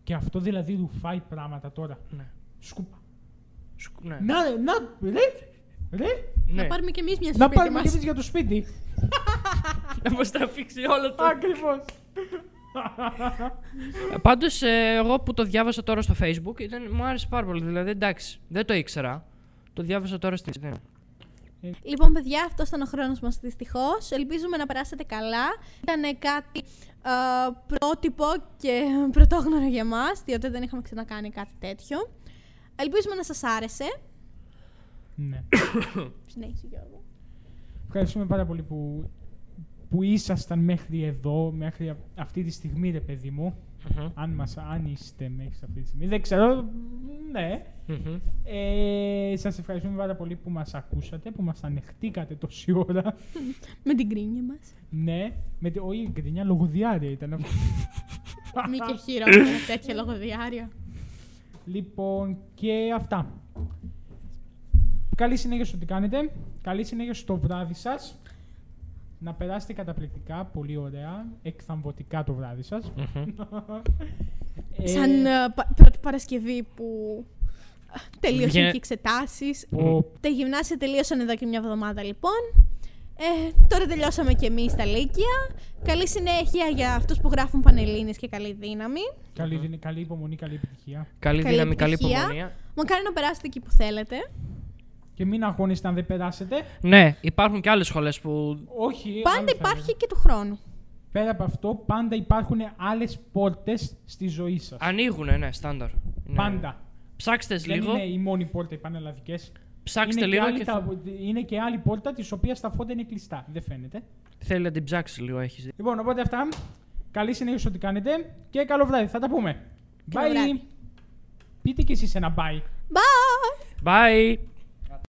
A: Και αυτό δηλαδή ρουφάει πράγματα τώρα.
C: Ναι.
A: Σκούπα.
C: Σου- ναι.
A: Να, ρε, να, ρε, ρε,
C: ναι.
B: Να πάρουμε κι εμείς μια
A: να
B: σπίτι
A: πάρουμε και
B: μας.
A: εμείς για το σπίτι.
C: Να μας τα αφήξει όλα το.
A: Ακριβώς.
C: Πάντως, Ε, εγώ που το διάβασα τώρα στο Facebook ήταν, μου άρεσε πάρα πολύ. Δηλαδή, εντάξει, δεν το ήξερα. Το διάβασα τώρα στην. Ναι.
B: Λοιπόν, παιδιά, αυτός ήταν ο χρόνος μας δυστυχώς. Ελπίζουμε να περάσετε καλά. Ήταν κάτι ε, πρότυπο και πρωτόγνωρο για μας, διότι δεν είχαμε ξανακάνει κάτι τέτοιο. Ελπίζουμε να σας άρεσε.
A: ναι.
B: Συνέχισε, Γιώργο.
A: Ευχαριστούμε πάρα πολύ που, που ήσασταν μέχρι εδώ, μέχρι α- αυτή τη στιγμή, ρε παιδί μου. Αν, μας, αν είστε μέχρι σε αυτή τη στιγμή. Δεν ξέρω, ναι.
C: Μμμ.
A: Ε, σας ευχαριστούμε πάρα πολύ που μας ακούσατε, που μας ανεχτήκατε τόση ώρα.
B: Με την κρίνια μας.
A: ναι, με τη, όχι, γκρινιά λογοδιάρια ήταν αυτό.
B: Μη και χειρότερα τέτοια λογοδιάρια.
A: Λοιπόν, και αυτά. Καλή συνέχεια στο τι κάνετε. Καλή συνέχεια στο βράδυ σας. Να περάσετε καταπληκτικά, πολύ ωραία, εκθαμβωτικά το βράδυ σας. Ε,
B: Σαν ε, πα- πρώτη Παρασκευή που τελείωσαν
C: Βγαίνε-
B: και εξετάσεις.
A: ο-
B: Τα γυμνάσια τελείωσαν εδώ και μια εβδομάδα λοιπόν. Ε, τώρα τελειώσαμε κι εμείς τα Λύκεια. Καλή συνέχεια για αυτούς που γράφουν Πανελλήνιες και καλή δύναμη.
A: Καλή, δυ- καλή υπομονή, καλή επιτυχία.
C: Καλή,
B: Καλή
C: δύναμη, καλή
B: επιτυχία.
C: υπομονία.
B: Μακάρι να περάσετε εκεί που θέλετε.
A: Και μην αγχώνεστε αν δεν περάσετε.
C: Ναι, υπάρχουν και άλλες σχολές που.
A: Όχι. άλλο
B: Πάντα
A: θα
B: υπάρχει
A: λέω.
B: και του χρόνου.
A: Πέρα από αυτό, πάντα υπάρχουν άλλες πόρτες στη ζωή σας.
C: Ανοίγουν, ναι, στάνταρ. Είναι-
A: Πάντα.
C: Ψάξτε
A: Δεν
C: λίγο.
A: είναι η μόνη πόρτα οι πανελλαδικές.
C: Ψάξτε
A: είναι
C: λίγο
A: Και άλλη
C: και
A: τα- Είναι και άλλη πόρτα της οποίας τα φώτα είναι κλειστά. Δεν φαίνεται.
C: Θέλει να την ψάξει λίγο, έχεις δει.
A: Λοιπόν, οπότε αυτά. Καλή συνέχεια σε ό,τι κάνετε και καλό βράδυ. Θα τα πούμε.
B: Καλό βράδυ.
A: Πείτε κι εσείς ένα bye.
B: Bye!
C: Bye!